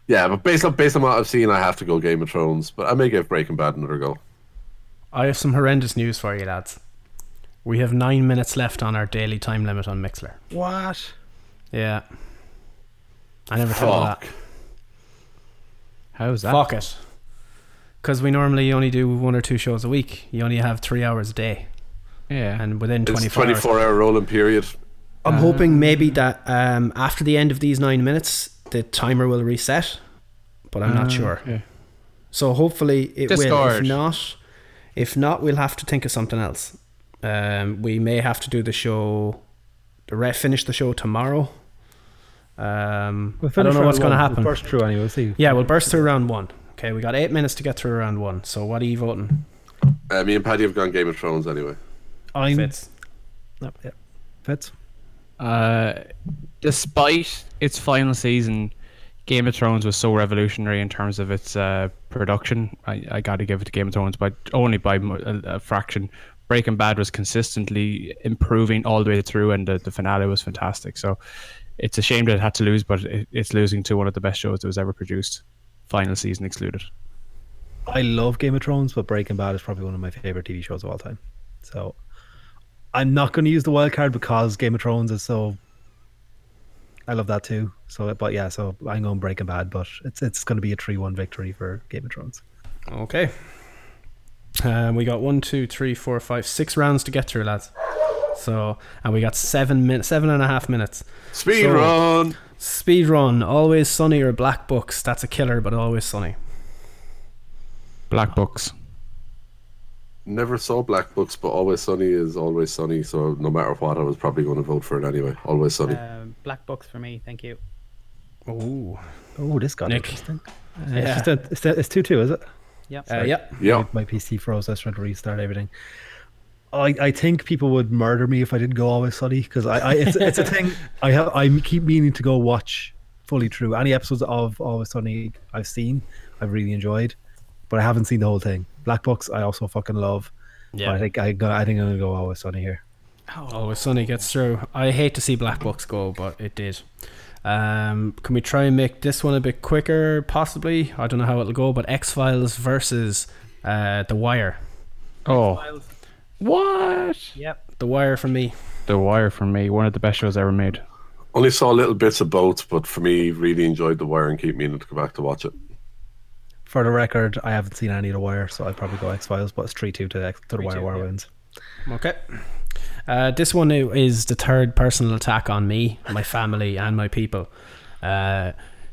yeah, but based on based on what I've seen, I have to go Game of Thrones. But I may give Breaking Bad another go. I have some horrendous news for you, lads. We have nine minutes left on our daily time limit on Mixler. What? Yeah. I never thought of that. how's that? Fuck it. Because we normally only do one or two shows a week. You only have three hours a day. Yeah. And within It's 24, 24 hours. hour rolling period. I'm hoping maybe that um, after the end of these nine minutes, the timer will reset. But I'm Um, not sure. okay. So hopefully it will. If Discord. not, if not, we'll have to think of something else. Um, we may have to do the show, the re- finish the show tomorrow. Um, I don't know what's going to happen. First through anyway. We'll see. yeah, we'll burst through round one. Okay, we got eight minutes to get through round one. So what are you voting? Uh, me and Paddy have gone Game of Thrones anyway. I'm Fitz. No, yeah. Fits. Uh, despite its final season, Game of Thrones was so revolutionary in terms of its uh, production. I, I got to give it to Game of Thrones, but only by mo- a, a fraction. Breaking Bad was consistently improving all the way through, and the, the finale was fantastic. So it's a shame that it had to lose, but it, it's losing to one of the best shows that was ever produced, final season excluded. I love Game of Thrones, but Breaking Bad is probably one of my favorite TV shows of all time. So I'm not going to use the wild card because Game of Thrones is so. I love that too. So, but yeah, so I'm going Breaking Bad, but it's it's going to be a three-one victory for Game of Thrones. Okay. Um, we got one, two, three, four, five, six rounds to get through, lads. So, and we got seven minutes, seven and a half minutes. Speed So- run. Speed run, always sunny or black books. That's a killer, but always sunny. Black Books. Never saw Black Books, but Always Sunny is always sunny. So no matter what, I was probably going to vote for it anyway. Always sunny. Um, black books for me, thank you. Ooh, Oh, this got Nick. interesting. Uh, Yeah. It's, just a, it's, a- it's two-two, is it? Yep. Uh, yep. yeah, My PC froze. I was trying to restart everything. I, I think people would murder me if I didn't go always study because I, I it's, it's a [LAUGHS] thing I have I keep meaning to go watch fully through any episodes of Always Sunny I've seen I've really enjoyed but I haven't seen the whole thing Black Box I also fucking love yeah I think I go, I think I'm gonna go Always Sunny here Always Oh, sunny gets through. I hate to see black books go, but it did. Um, can we try and make this one a bit quicker? Possibly. I don't know how it'll go, but X Files versus uh, The Wire. Oh, Files, what? Yep. The Wire for me. The Wire for me, one of the best shows ever made. only saw little bits of both, but for me, really enjoyed The Wire and keep meaning to go back to watch it. for the record I haven't seen any of the Wire so I'd probably go X Files but it's three two to the, X- to the Wire 3-2, Wire yeah. wins Okay. Uh, this one i- is the third personal attack on me, my family, and my people. Uh,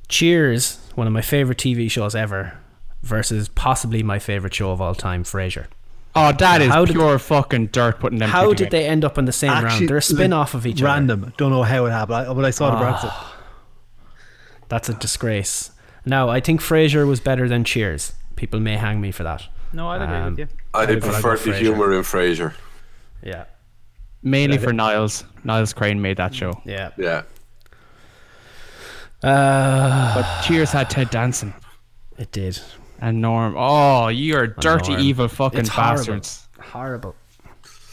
Cheers, one of my favorite TV shows ever, versus possibly my favorite show of all time, Frasier. Oh, that is How did- pure fucking dirt putting them. two How did together. they end up in the same round? They're a spin off of each other. random don't know how it happened I, when I saw the Brexit That's a disgrace. Now, I think Frasier was better than Cheers. People may hang me for that. No, I'd agree Um, with you. I go prefer the Frasier. humor in Frasier. Yeah. Mainly for Niles. Niles Crane made that show. Yeah. Yeah, Uh, But Cheers had Ted Danson it did. and Norm. Oh, you are dirty, Norm. evil fucking It's horrible. bastards. Horrible.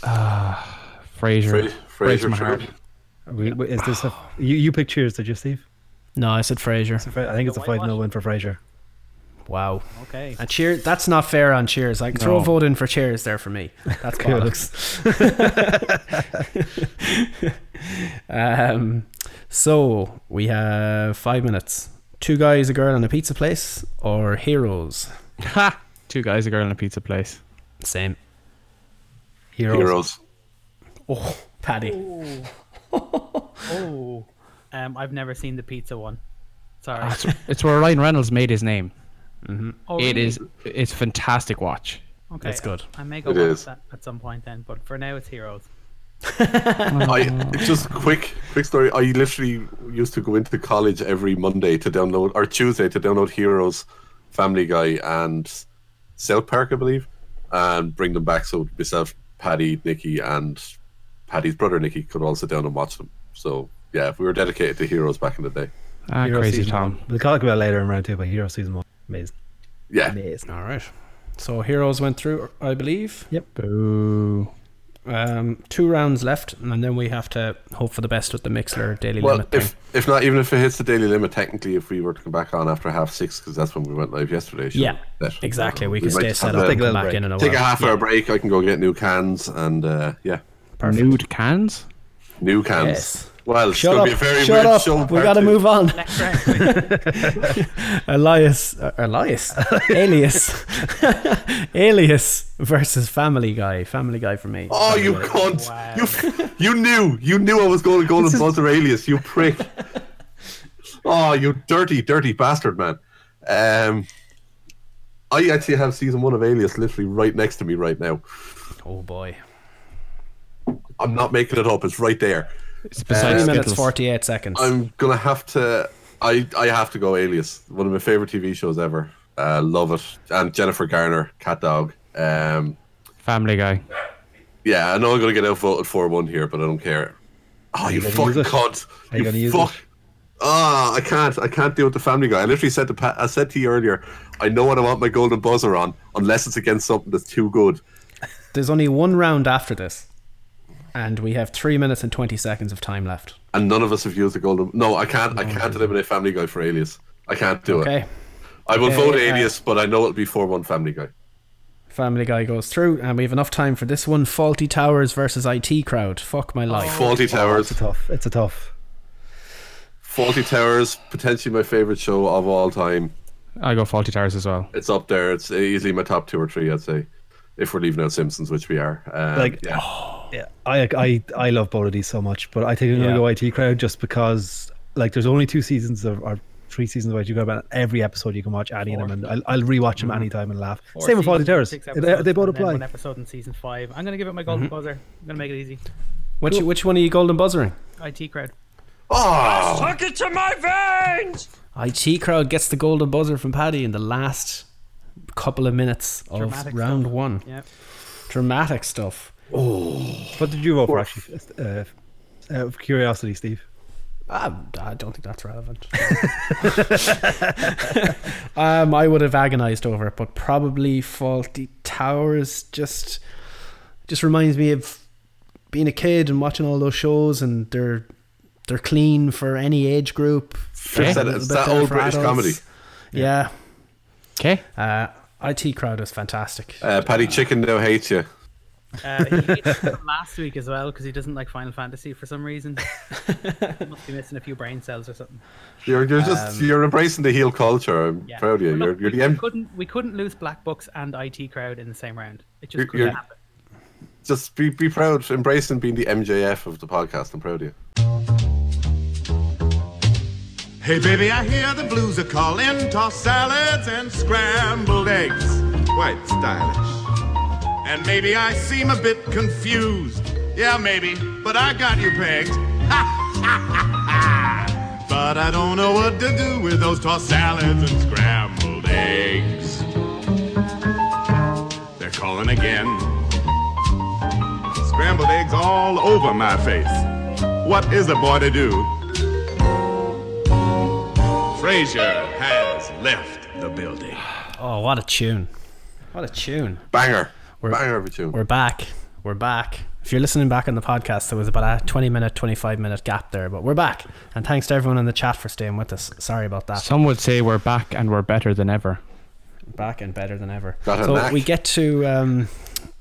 Frasier. Fra- Breaks my Frasier. heart. true. We- we- is this a you, you picked Cheers did you Steve No, I said Frasier. Fra- I think it's a whitewash? 5 0 win for Fraser. Wow. Okay. And cheer that's not fair on cheers. Like throw a No. vote in for cheers there for me. [LAUGHS] That's bollocks. um, so we have five minutes. Two guys, a girl, and a pizza place, or heroes. Ha! Two guys, a girl, and a pizza place. Same. Heroes. Heroes. Oh, Paddy. Oh. Um, I've never seen the pizza one. Sorry. That's, [LAUGHS] it's where Ryan Reynolds made his name. Oh, It really? is. It's fantastic. Watch. Okay. It's good. I may go It watch is. that at some point then, but for now it's Heroes. I just quick quick story. I literally used to go into college every Monday to download or Tuesday to download Heroes, Family Guy, and South Park, I believe, and bring them back so myself, Paddy, Nikki, and Paddy's brother Nicky could all sit down and watch them. So yeah, we were dedicated to Heroes back in the day. Ah, Hero crazy season Tom. one. We'll talk about it later in round two, but Hero Season 1. Amazing. Yeah, Amazing. All right. So heroes went through, I believe. Boo. Um, two rounds left, and then we have to hope for the best with the Mixler daily well, limit thing. if if not, even if it hits the daily limit, technically, if we were to come back on after half six, because that's when we went live yesterday. sure. yeah, That- exactly. We we can might stay just set have up to and come little back break. in and Take a half hour break. I can go get new cans and uh, yeah, Nude cans. new cans. Yes. Well, it's Shut going up! to be a very Shut weird up! show. we gotta apparently. move on. Next round. [LAUGHS] Elias, uh, [LAUGHS] Elias, [LAUGHS] Alias, Alias versus Family Guy. Family Guy for me. Oh, you cunt! You, f- you knew, you knew I was going to go to Buzzer Alias, you [LAUGHS] prick! oh, you dirty, dirty bastard, man! Um, I actually have season one of Alias literally right next to me right now. Oh boy. I'm not making it up; it's right there. It's besides Three minutes Skittles. forty-eight seconds. I'm gonna have to. I I have to go Alias. One of my favorite TV shows ever. Uh, love it. And Jennifer Garner, Cat Dog. Um, Family Guy. yeah, I know I'm gonna get outvoted four one here, but I don't care. Oh, you gonna use fucking it? cunt! Are you gonna use fuck. it? Ah, I can't. I can't deal with the Family Guy. I literally said to Pat. I said to you earlier. I know what I want my golden buzzer on, unless it's against something that's too good. There's only one round after this, and we have three minutes and twenty seconds of time left. and none of us have used the golden. No, I can't. I can't eliminate Family Guy for Alias. I can't do Okay, it. I will vote Okay, uh, Alias, but I know it'll be four one Family Guy. Family Guy goes through, and we have enough time for this one: Faulty Towers versus IT Crowd. Fuck Oh, my life. Faulty It's a Towers. tough. It's a tough. Faulty Towers, potentially my favorite show of all time. I go Faulty Towers as well. It's up there. It's easily my top two or three. I'd say, if we're leaving out Simpsons, which we are. Um, Like- yeah. Yeah, I I I love both of these so much, but I think I'm Yeah. gonna go IT Crowd just because like there's only two seasons of or three seasons of IT Crowd, but every episode you can watch any of them, and I'll, I'll rewatch them anytime and laugh. Mm-hmm. Four Same with Faulty seasons, Towers. six They, episodes, they both and then apply. One episode in season five. I'm gonna give it my golden Mm-hmm. buzzer. I'm gonna make it easy. Which which one are you golden buzzering? IT [LAUGHS] crowd. Oh, IT Crowd gets the golden buzzer from Paddy in the last couple of minutes of Dramatic round stuff. one. Yeah. Dramatic stuff. What did you vote for? Actually, uh, out of curiosity, Steve. I, Um, I don't think that's relevant. [LAUGHS] um, I would have agonized over it, but probably Faulty Towers just just reminds me of being a kid and watching all those shows, and they're they're clean for any age group. They're It's a that- little it's bit that there old for British adults. comedy. Yeah, Okay. uh, IT Crowd is fantastic. uh, Paddy Chicken now hates you. Uh, he hated it from last week as well because he doesn't like Final Fantasy for [LAUGHS] some reason. Must be missing a few brain cells or something. You're, you're just you're embracing the heel culture. I'm Yeah. proud of you. But You're, look, you're we, the em- couldn't we couldn't lose Black Books and IT crowd in the same round. It just You're- couldn't you're- happen. just be, be proud. Embracing being the MJF of the podcast. I'm proud of you. Hey, baby, I hear the blues are calling. Toss salads and scrambled eggs. Quite stylish. And maybe I seem a bit confused. Yeah, maybe, but I got you pegged. [LAUGHS] but I don't know what to do with those tossed salads and scrambled eggs. They're calling again. Scrambled eggs all over my face. What is a boy to do? Frazier has left the building. Oh, what a tune! What a tune! Banger. We're- Banger of a tune. We're back. We're back. If you're listening back on the podcast, there was about a 20 minute, 25 minute gap there, but we're back. And thanks to everyone in the chat for staying with us. Sorry about that. Some would say we're back and we're better than ever. Back and better than ever. Got a so knack. we get to um,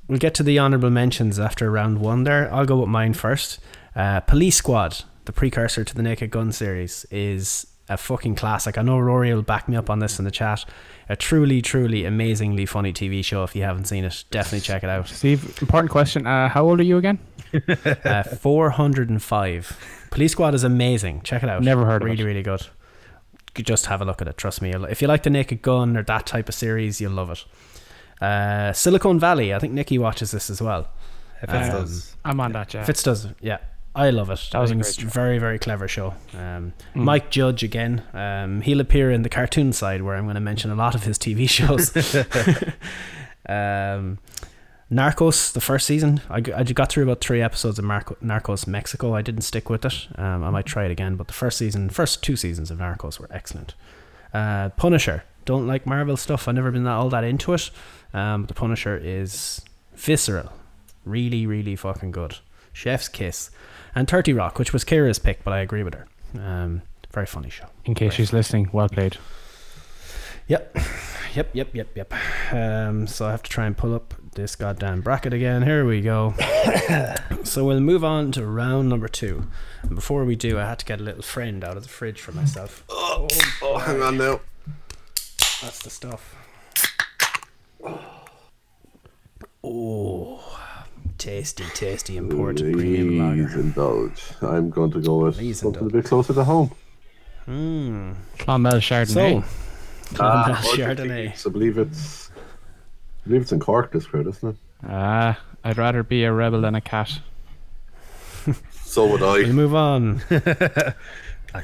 we get to the honorable mentions after round one. There, I'll go with mine first. Uh, Police Squad, the precursor to the Naked Gun series, is a fucking classic. I know Rory will back me up on this in the chat. A truly, truly, amazingly funny TV show. If you haven't seen it, definitely check it out. Steve, important question. Uh, how old are you again? Uh, 405. Police Squad is amazing. Check it out. Never heard of really, it. Really, good. You Just have a look at it. Trust me. You'll- If you like the Naked Gun or that type of series, you'll love it. Uh, Silicon Valley. I think Nikki watches this as well. Uh, I'm on that, yeah. Fitz does. Yeah. I love it. That was a Mm. a very, very clever show. Um, Mike Judge again. Um, he'll appear in the cartoon side where I'm going to mention a lot of his TV shows. [LAUGHS] [LAUGHS] um, Narcos, the first season. I, g- I got through about three episodes of Marco, Narcos Mexico. I didn't stick with it. Um, I might try it again, but the first season, first two seasons of Narcos were excellent. Uh, Punisher. Don't like Marvel stuff. I've never been that all that into it. Um, but the Punisher is visceral. Really, really fucking good. Chef's Kiss. And 30 Rock, which was Kira's pick, but I agree with her. Um, very funny show. In case she's listening, well played. Yep. Yep, yep, yep, yep. Um, so I have to try and pull up this goddamn bracket again. Here we go. so we'll move on to round number two. And before we do, I had to get a little friend out of the fridge for myself. Oh, hang on now. That's the stuff. Oh, tasty, tasty important premium Please lager. indulge. I'm going to go with Please something indulge. a bit closer to home. Clonmel eh? Chardonnay. So, Clonmel Ah, Chardonnay. I believe it's. I believe it's in Cork this crowd, isn't it? Ah, I'd rather be a rebel than a cat. So would I. We'll move on. That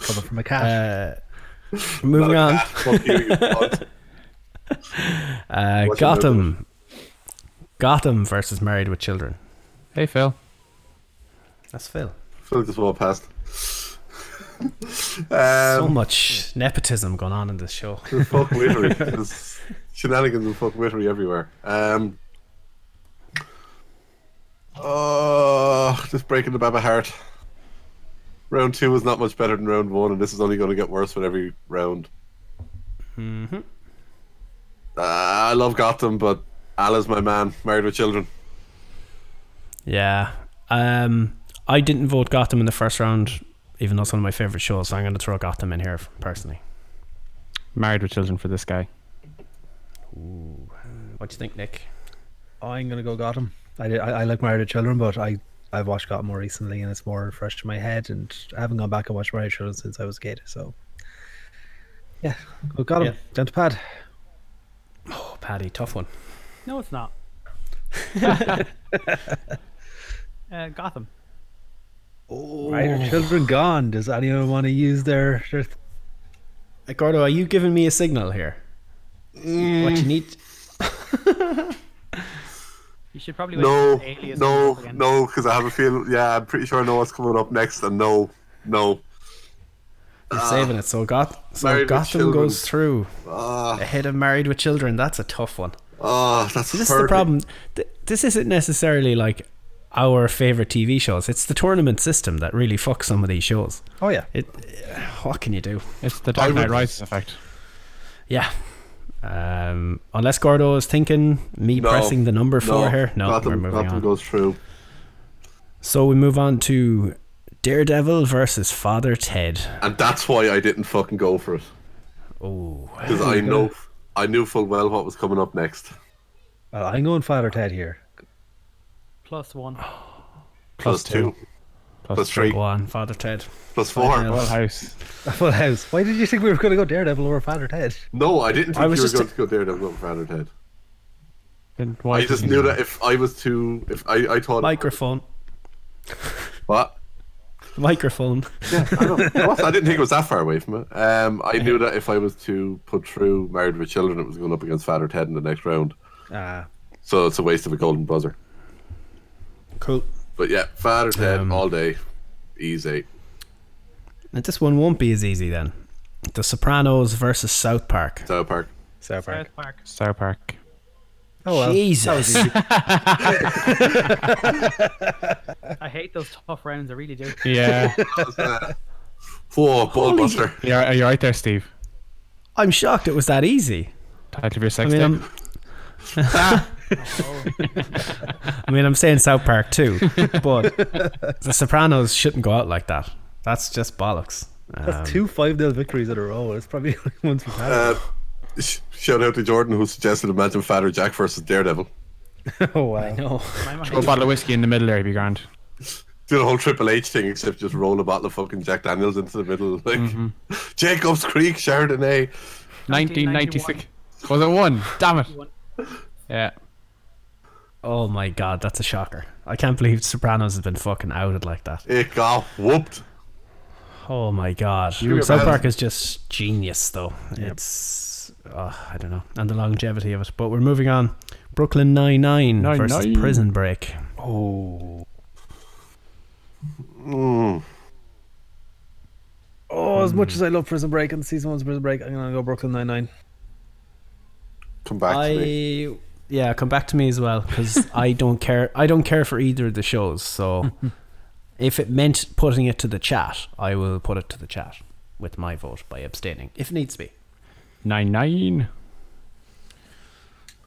coming from a cat. Uh, moving Not a on. cat. Fuck you, [LAUGHS] you cunt. Uh, What's your Gotham. Gotham versus Married with Children. Hey, Phil. That's Phil. I feel like this one passed. Um, so much nepotism going on in this show. fuck wittery. There's shenanigans and fuck wittery everywhere. Um, oh, just breaking the Baba heart. Round two was not much better than round one, and this is only going to get worse with every round. Mm-hmm. I love Gotham, but Allah's my man. Married with children. yeah. Um, I didn't vote Gotham in the first round, even though it's one of my favorite shows. So I'm going to throw Gotham in here personally. Married with children for this guy. What do you think, Nick? I'm gonna go Gotham. I, did- I I like Married to Children, but I I've watched Gotham more recently, and it's more fresh to my head. And I haven't gone back and watched Married to Children since I was a kid. So yeah, go Gotham. Yeah. Down to pad. Oh, Paddy, tough one. No, it's [LAUGHS] not. uh, Gotham. Married to Children gone. Does anyone want to use their their? th- Uh, Gordo, are you giving me a signal here? What Mm. you need? You should probably wait No, for Alias no, comes up again. no, because I have a feeling. Yeah, I'm pretty sure I know what's coming up next, and no, no. You're saving it. So, Goth- so Married with Gotham Children. goes through Ah, ahead of Married with Children. That's a tough one. ah, that's This is the problem. Th- This isn't necessarily like our favorite TV shows. It's the tournament system that really fucks some of these shows. Oh yeah, It, what can you do? It's the I Dark Knight would- Rises effect. Yeah. Um, unless Gordo is thinking me No. pressing the number four here. No, Gotham, we're moving Gotham on. goes through. So we move on to Daredevil versus Father Ted. And that's why I didn't fucking go for it. Oh, Because [LAUGHS] I know I knew full well what was coming up next. well, I'm going Father Ted here. [LAUGHS] Plus one. Oh, Plus, plus two. Plus three. go on, Father Ted. Plus four. Full house. Full House. Why did you think we were going to go Daredevil over Father Ted? No, I didn't think I was you were just- going to go Daredevil over Father Ted. Then why I did just you- knew that if I was too if I, I thought Microphone, what? microphone. I, don't, what? I didn't think it was that far away from it. Um, I knew that if I was to put through Married with Children, it was going up against Father Ted in the next round. Ah, So it's a waste of a golden buzzer. Cool. But yeah, Father Ted Um, all day, easy. And this one won't be as easy then. The Sopranos versus South Park. South Park. South Park. South Park. South Park. Oh well. Jesus. I hate those tough rounds. I [LAUGHS] really do. Yeah, Whoa, ballbuster. you're, you're right there, Steve. I'm shocked it was that easy. Title of your I sex mean, I'm. tape. [LAUGHS] I mean, I'm saying South Park too, but The Sopranos shouldn't go out like that. That's just bollocks. Um, That's two 5 0 victories in a row. It's probably [LAUGHS] the only ones we've had. Uh, sh- shout out to Jordan who suggested imagine Father Jack versus Daredevil. oh, wow. No. My mind. A bottle of whiskey in the middle there, would be grand. do the whole Triple H thing, except just roll a bottle of fucking Jack Daniels into the middle, like Mm-hmm. [LAUGHS] Jacobs Creek Chardonnay. 1996. Was it one? Damn it. Yeah. Oh my god, that's a shocker. I can't believe Sopranos has been fucking outed like that. It got whooped. Oh my god. were South bad. Park is just genius, though. It's. Uh, I don't know. And the longevity of it. But we're moving on. Brooklyn Nine-Nine versus Nine-Nine. Prison Break. Oh, as much as I love Prison Break and season one's Prison Break, I'm gonna go Brooklyn Nine Nine. Come back to me. I yeah, come back to me as well because I don't care. I don't care for either of the shows. So if it meant putting it to the chat, I will put it to the chat with my vote by abstaining if needs be. 9 9.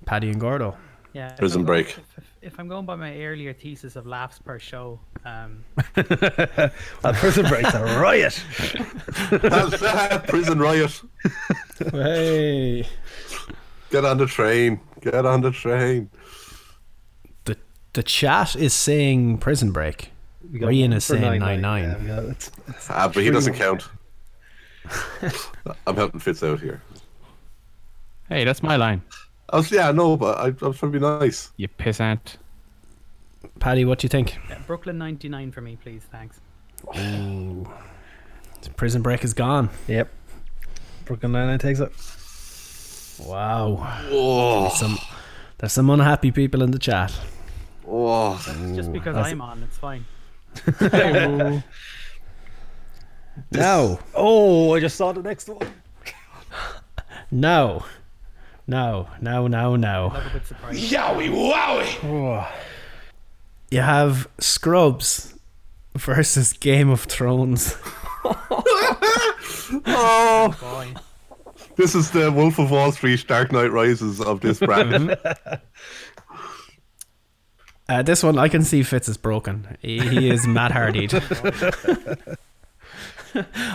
Paddy and Gordo. Yeah, if Prison I'm Break. Going, if, if, if I'm going by my earlier thesis of laughs per show, um, Uh, Prison Break's a riot. [LAUGHS] Prison riot. Hey, Get on the train. Get on the train. the the chat is saying Prison Break. got Ian one is for saying 9-9. 9-9. Yeah, we got- it's- it's- Ah, but he doesn't count. I'm helping Fitz out here. Hey, that's my line. I was, yeah, I know, but I, I was trying to be nice. You pissant. Paddy, what do you think? yeah, Brooklyn 99 for me, please. Thanks. Prison Break is gone. Yep. Brooklyn Nine Nine takes it. Wow. Some, there's some unhappy people in the chat. Oh, Just because that's- I'm on, it's fine. No. Oh, I just saw the next one. No. No. No. No. No. I'm a bit surprised. Yowie wowie! You have Scrubs versus Game of Thrones. Boy. this is the Wolf of Wall Street, Dark Knight Rises of this brand. Uh, this one I can see Fitz is broken. He, he [LAUGHS] is mad hardied.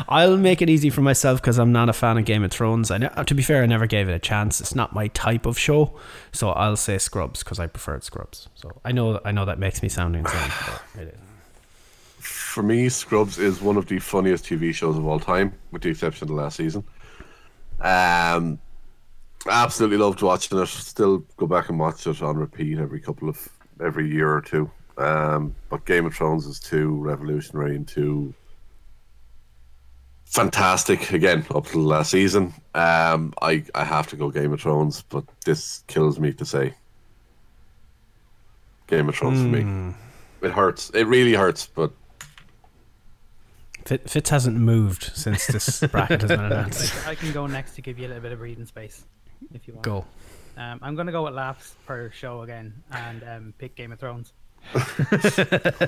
I'll make it easy for myself because I'm not a fan of Game of Thrones. I ne- uh, to be fair, I never gave it a chance. It's not my type of show, so I'll say Scrubs because I preferred Scrubs. So I know I know that makes me sound insane. [SIGHS] But it is. For me, Scrubs is one of the funniest TV shows of all time, with the exception of the last season. Um, absolutely loved watching it. Still go back and watch it on repeat every couple of every year or two. Um, but Game of Thrones is too revolutionary and too fantastic again up to the last season. Um, I I have to go Game of Thrones, but this kills me to say. Game of Thrones for me. It hurts. It really hurts, but Fit- Fitz hasn't moved since [LAUGHS] this bracket has been announced. I can go next to give you a little bit of breathing space, if you want. Go. Um, I'm gonna go with laps per show again and um, pick Game of Thrones. To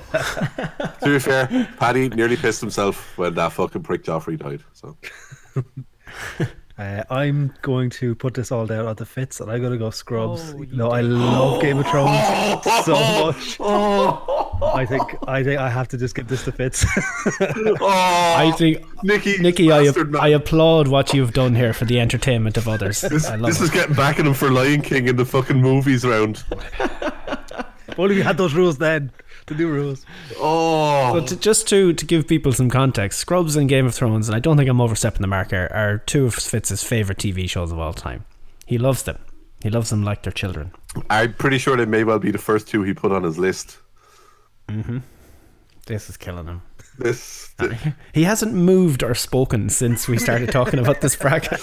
be fair, Paddy nearly pissed himself when that fucking prick Joffrey died. So Uh, I'm going to put this all down at the fits, and I gotta go Scrubs. Oh, you no, I love Game of Thrones Oh. so [LAUGHS] much. I think I think I have to just give this to Fitz. I think, Nikki, Nikki, I, bastard man. Oh, I applaud what you've done here for the entertainment of others. I love this it. is getting back at him for Lion King in the fucking movies round. If [LAUGHS] Only we had those rules then. The new rules. Oh, But to, just to, to give people some context, Scrubs and Game of Thrones, and I don't think I'm overstepping the mark here, are two of Fitz's favorite TV shows of all time. He loves them. He loves them like their children. I'm pretty sure they may well be the first two he put on his list. This is killing him. This, [LAUGHS] He hasn't moved or spoken since we started talking about this bracket.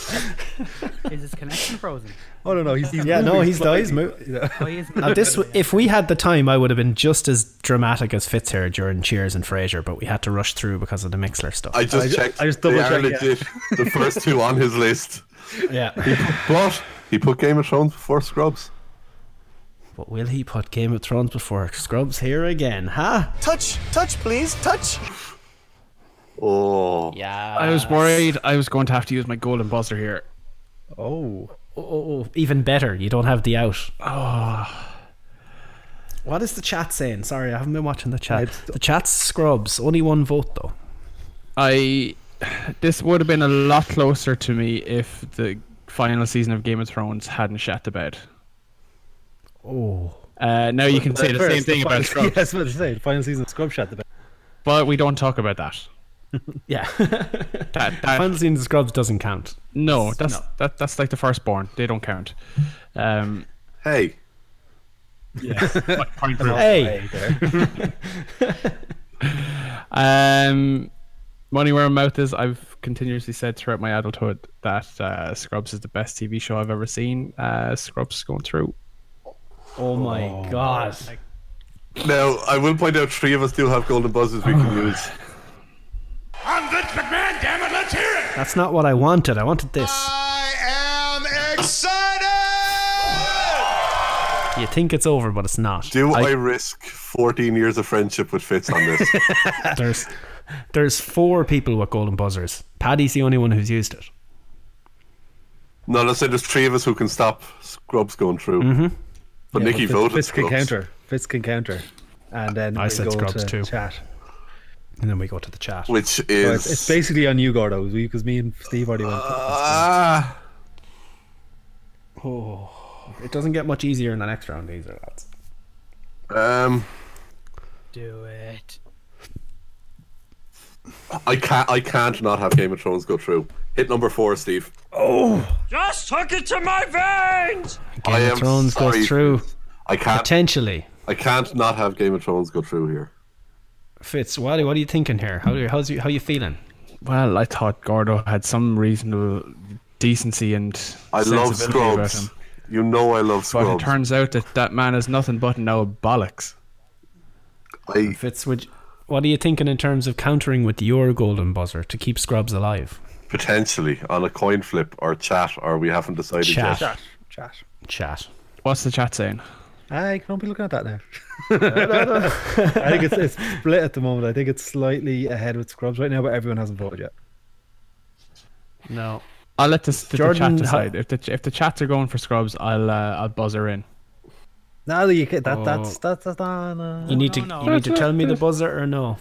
Is his connection frozen? Oh no no, he's, [LAUGHS] he's Yeah, no, moving he's slightly. he's moved. [LAUGHS] Oh, he is. Now this, if we had the time, I would have been just as dramatic as Fitz here during Cheers and Frasier, but we had to rush through because of the Mixler stuff. I just I ju- checked. I just they double are checked, yeah. legit [LAUGHS] the first two on his list. yeah. But he put Game of Thrones before Scrubs. [LAUGHS] but will he put Game of Thrones before Scrubs here again? Huh? Touch, touch, please, touch. Oh, Yeah. I was worried I was going to have to use my golden buzzer here. Oh. Oh, oh, oh, even better. You don't have the out. Ah. What is the chat saying? Sorry, I haven't been watching the chat. It's- The chat's scrubs. Only one vote though. I this would have been a lot closer to me if the final season of Game of Thrones hadn't shat the bed. Oh, Uh, now you can say the First, same thing final, about Scrubs, Yes, I was about to say, the final season of Scrub shot the best. but we don't talk about that. yeah. [LAUGHS] Uh, That, that Final season of Scrubs doesn't count. no, that's that that's like the firstborn. They don't count. Um, hey, point Oh proven. Hey, Um, money where my mouth is. I've continuously said throughout my adulthood that uh, Scrubs is the best TV show I've ever seen. Uh, Scrubs going through. oh my god. now I will point out three of us do have golden buzzers we can Oh. use. I'm Vince McMahon, damn it, let's hear it! That's not what I wanted. I wanted this. I am excited! You think it's over, but it's not. Do I, risk 14 years of friendship with Fitz on this? There's there's four people with golden buzzers. Paddy's the only one who's used it. no, let's say there's three of us who can stop Scrubs going through. But Nikki Fitz, voted Fitz can Scrubs. counter. Fitz can counter. And then I we said go Scrubs to too. Chat. And then we go to the chat. Which So is it's, it's basically on you, Gordo, because me and Steve already Uh, went. Ah, Oh. It doesn't get much easier in the next round either, lads. um, Do it. I can't. I can't not have Game of Thrones go through. Hit number four, Steve. Game I of am Thrones sorry, goes through. I can't. Potentially. I can't not have Game of Thrones go through here. Fitz, what, what are you thinking here? How you, how's you, how you feeling? Well, I thought Gordo had some reasonable decency and I love sensibility about Scrubs. him. You know I love But it Scrubs. turns out that that man is nothing but now bollocks. I, Fitz, would, what are you thinking in terms of countering with your golden buzzer to keep Scrubs alive? potentially on a coin flip or chat, or we haven't decided Chat. yet. Chat. Chat. Chat. What's the chat saying? I can't be looking at [LAUGHS] that now. I think it's, it's split at the moment. I think it's slightly ahead with Scrubs right now, but everyone hasn't voted yet. No. I'll let this, the, the Jordan, chat how- decide. If the if the chats are going for Scrubs, I'll uh, I'll buzz her in. No, you can, that, Oh. that's that's that's no, no. You need no, to no. you need to tell me the buzzer or no.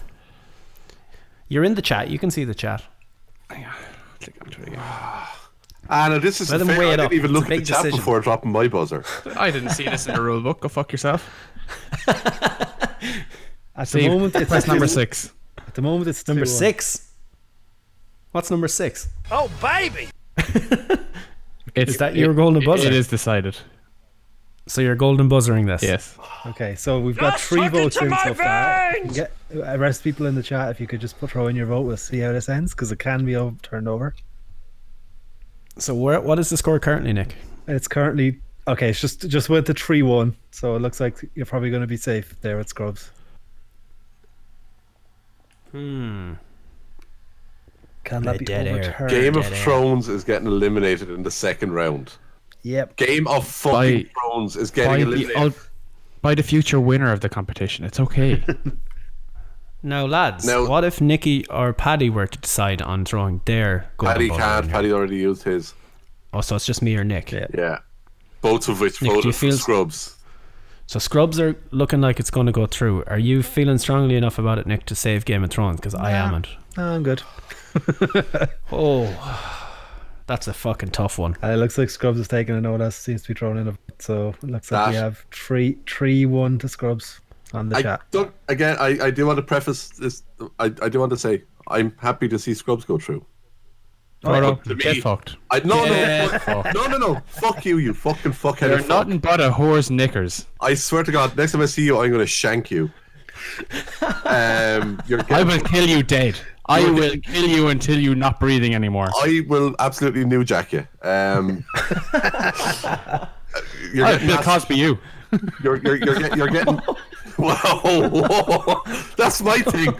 You're in the chat. You can see the chat. Ah, no, this is Let the them thing. weigh it I up. didn't even It's look a at the big chat decision. before dropping my buzzer. I didn't see this in the rule book. Go fuck yourself. At the Steve, moment, it's press number two- six. At the moment, it's Number two, one. six. What's number six? Oh, baby. It's, Is that your golden buzzer? It is decided. So you're golden buzzering this. Yes. Okay, so we've got That's three talking votes to in my so far. veins! Get, uh, rest people in the chat if you could just put, throw in your vote. We'll see how this ends because it can be all turned over. So where what is the score currently, Nick? And it's currently okay. It's just just went to three one, so it looks like you're probably going to be safe there at Scrubs. Hmm. Can that Like be dead air. overturned? Game of dead air. Thrones is getting eliminated in the second round. Yep. Game of fucking By- Thrones is By getting the, eliminated. I'll- by the future winner of the competition. [LAUGHS] It's okay. Now, lads, Now- what if Nikki or Paddy were to decide on throwing their golden Paddy buzzer? can't. in here? Paddy already used his. Oh, so it's just me or Nick. Yeah. Yeah. Both of which Nick, do you voted for feel- Scrubs. So Scrubs are looking like it's going to go through. Are you feeling strongly enough about it, Nick, to save Game of Thrones? Because I Nah. haven't. No, I'm good. Oh, [SIGHS] that's a fucking tough one. And Uh, it looks like Scrubs is taking a notice. Seems to be thrown in a vote, so it looks like we That- have three three one to Scrubs on the I chat. don't, again, I, I do want to preface this. I, I do want to say I'm happy to see Scrubs go through. Gordo, to get me- fucked. I, no, Yeah. no, fuck, no, no, no. Fuck you, you fucking fuckhead. You're of fuck. nothing but a whore's knickers. I swear to God, next time I see you, I'm going to [LAUGHS] shank you. Um, you're I getting, will kill you dead. I will kill you until you're not breathing anymore. I will absolutely new jack you. [LAUGHS] Um, you're, Oh, I getting will asked, Cosby you. you're, you're, you're, get- [LAUGHS] you're getting. Wow, whoa, that's my thing.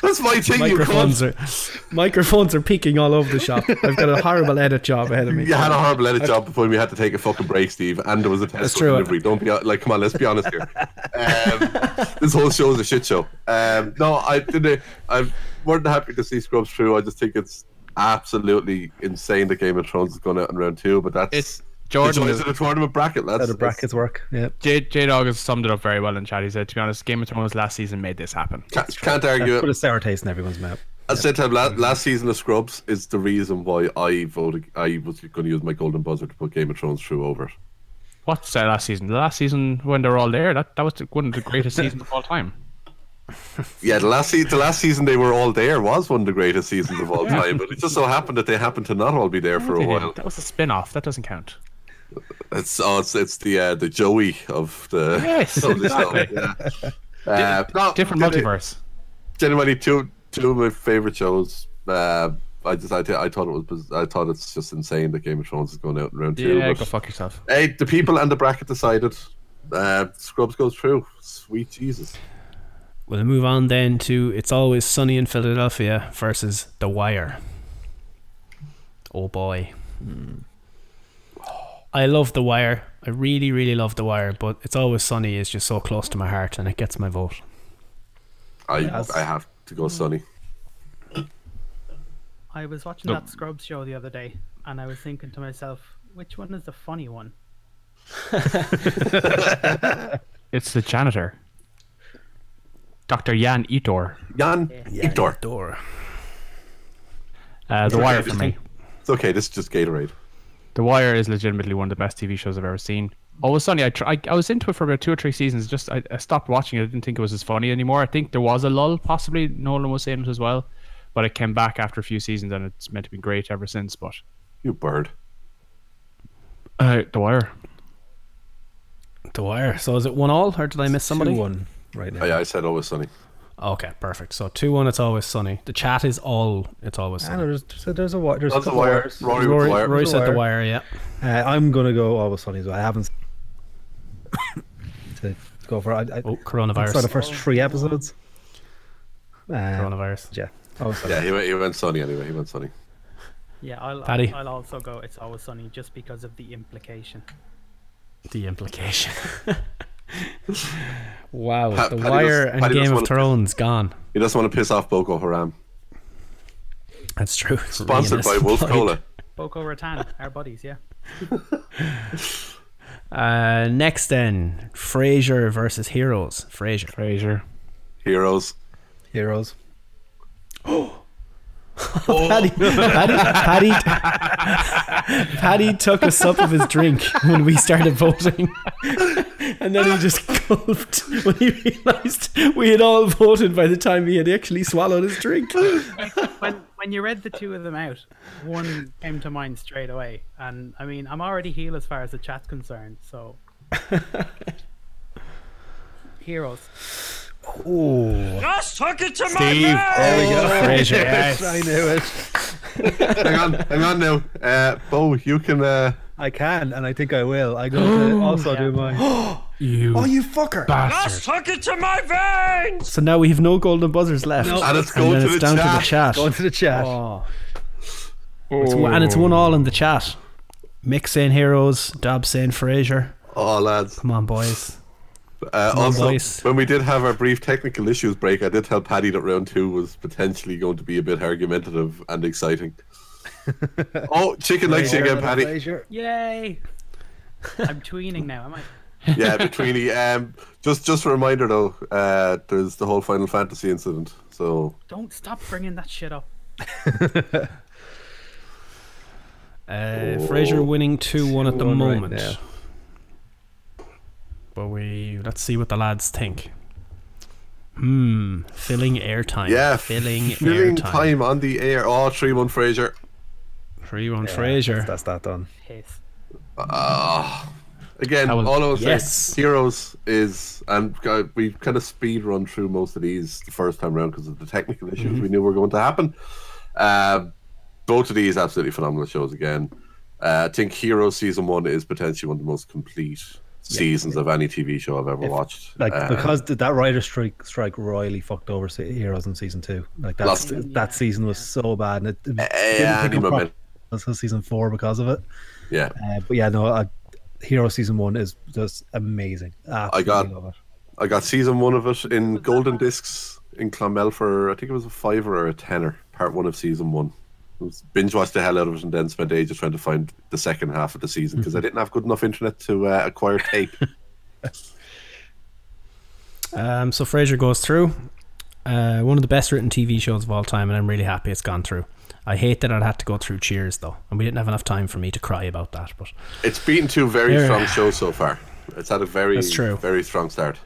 That's my thing. You Microphones cunt. are microphones are peaking all over the [LAUGHS] shop. I've got a horrible edit job ahead of me. You had a horrible edit job before we had to take a fucking break, Steve, and there was a test true. delivery. Don't be like, come on, let's be honest here. Um, this whole show is a shit show. Um, no, I didn't. I'm more than happy to see Scrubs through. I just think it's absolutely insane that Game of Thrones is going out in round two, but that's It's the Jordan. joys of the tournament bracket, lads. How the brackets work. Yep. J J Dog has summed it up very well in chat. He said, "To be honest, Game of Thrones last season made this happen." Can't, can't argue it. Put a sour taste in everyone's mouth. I said to him la- last season of Scrubs is the reason why I voted. I was going to use my golden buzzer to put Game of Thrones through over it. What's that last season? The last season when they were all there, that, that was the- one of the greatest seasons of all [LAUGHS] time. Yeah, the last se- the last season they were all there was one of the greatest [LAUGHS] seasons of all time, but it just so happened that they happened to not all be there for a while. That was a spin off. That doesn't count. It's oh, it's, it's the uh, the Joey of the Yes, of the show, exactly. yeah. Uh, no, [LAUGHS] Different gen- multiverse. Genuinely, two two of my favorite shows. Uh, I just I, I thought it was biz- I thought it's just insane that Game of Thrones is going out in round two. Yeah, but- go fuck yourself. Hey, the people and the bracket decided. Uh, Scrubs goes through. Sweet Jesus. We'll move on then to It's Always Sunny in Philadelphia versus The Wire. Oh boy. Hmm. I love The Wire. I really, really love The Wire, but It's Always Sunny is just so close to my heart and it gets my vote. I I have to go Sunny. I was watching that Scrubs show the other day, and I was thinking to myself, which one is the funny one? It's the janitor, Doctor Jan Itor. Jan, Igdor. Door. Uh, the Wire for me. It's okay. This is just Gatorade. The Wire is legitimately one of the best TV shows I've ever seen. Always Sunny. I, tr- I I was into it for about two or three seasons. Just I, I stopped watching it. I didn't think it was as funny anymore. I think there was a lull. Possibly Nolan was saying it as well, but it came back after a few seasons, and it's meant to be great ever since. But You bird. uh, The Wire. The Wire. So is it one all or did I miss somebody? Two one. right now. Oh, yeah, I said always sunny. Okay, perfect. So two one. It's always sunny. The chat is all. It's always I sunny. know, Ah, there's, so there's a wire. There's That's the a couple wire. wires. Rory, with Rory, the wire. Rory said the Wire. wire. Yeah. Uh, I'm gonna go always sunny as well. I haven't [COUGHS] s- to go for. it. I, I, Oh, saw the coronavirus. first three episodes. Uh, Coronavirus. Yeah, always sunny. Yeah, he went, he went sunny anyway. He went sunny. Yeah, I'll, Paddy. I'll, I'll also go. It's always sunny just because of the implication. The implication. [LAUGHS] wow. Pa- the Paddy wire does- and Paddy does Game wanna- of Thrones gone. He doesn't want to piss off Boko Haram. That's true. It's Sponsored by ruinous. Wolf Like, Cola. Boko Ratan, our buddies, yeah. [LAUGHS] Uh, next then, Frasier versus Heroes. Frasier. Fraser. Heroes. Heroes. Paddy, Paddy, Paddy, [LAUGHS] Paddy took a sup of his drink when we started voting, [LAUGHS] and then he just gulped when he realised we had all voted by the time he had actually swallowed his [LAUGHS] drink. When when you read the two of them out, one came to mind straight away. And I mean, I'm already heel as far as the chat's concerned, [LAUGHS] so. Heroes. Steve. There we go. Fraser. Oh, [LAUGHS] I Yes. knew it. hang on, hang on now. Uh, Bo, you can. Uh, I can, and I think I will. I go to also do mine. Oh, You you fucker! bastard. So now we have no golden buzzers left, and it's and going then to it's the Oh. down chat. to the chat. Go into the chat. Oh. It's one- and it's one all in the chat. Mick saying heroes, Dob saying Frasier. Oh, lads. Come on, boys. Uh, on, also, boys. when we did have our brief technical issues break, I did tell Paddy that round two was potentially going to be a bit argumentative [LAUGHS] and exciting. oh, chicken likes you again, Paddy. [LAUGHS] Yay! I'm tweening now, am I? Yeah, between the um, just just a reminder though, uh, there's the whole Final Fantasy incident. So Don't stop bringing that shit up. Uh, Oh. Fraser winning 2 1 at the 2-1 right moment. now. but we let's see what the lads think. Hmm, filling airtime. yeah, filling, filling airtime. time on the air. Oh, three one Fraser. Three on That's, Fraser. that's that done. Piss. Again, was- all I was Yes. saying, Heroes is, and uh, we kind of speed run through most of these the first time round because of the technical issues we knew were going to happen. Um both of these absolutely phenomenal shows again. Uh, I think Heroes season one is potentially one of the most complete seasons of any TV show I've ever watched. Like Uh, because th- that writer strike strike royally fucked over se- heroes in season two. Like that's, Lost Uh, it. that season was so bad, and it, it yeah, didn't any pick up moment. prop- until season four because of it. yeah, Uh, but yeah, no, uh, Hero season one is just amazing. Absolutely got- love it. I got season one of it in Golden Discs in Clonmel for I think it was a fiver or a tenner. Part one of season one. It was- Binge watched the hell out of it and then spent ages trying to find the second half of the season because I didn't have good enough internet to uh, [LAUGHS] acquire tape. Um, so Fraser goes through. Uh, one of the best written TV shows of all time, and I'm really happy it's gone through. I hate that I'd had to go through Cheers though, and we didn't have enough time for me to cry about that. But it's beaten two very Yeah. strong shows so far. It's had a very That's true. very strong start.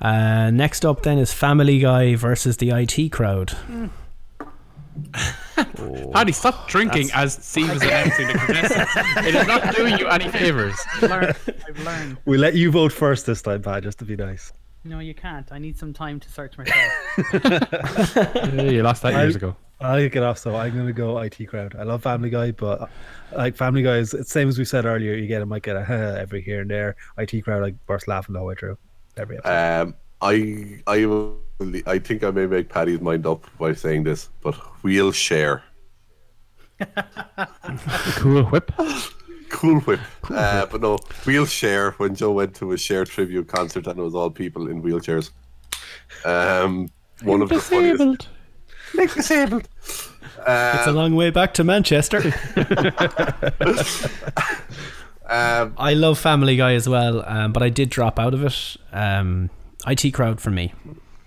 uh, next up then is Family Guy versus the IT crowd. Paddy, stop drinking as Steve is announcing the contestants. It is not doing you any favors. [LAUGHS] Learn. I've learned. We let you vote first this time, Pat, just to be nice. No, you can't. I need some time to [LAUGHS] search myself. you lost that years ago. I'll kick it off, so I'm gonna go IT crowd. I love Family Guy, but uh, like Family Guy is it's same as we said earlier. You get it, might get a [LAUGHS] every here and there. IT crowd, like burst laughing the whole way through every episode. Um, I I will- I think I may make Paddy's mind up by saying this, but we'll share. Cool whip. Cool Whip. Uh, but no, wheelchair. When Joe went to a share tribute concert and it was all people in wheelchairs. Um, one of the funniest. Like disabled. It's a long way back to Manchester. [LAUGHS] Um, I love Family Guy as well, um, but I did drop out of it. Um, IT crowd for me.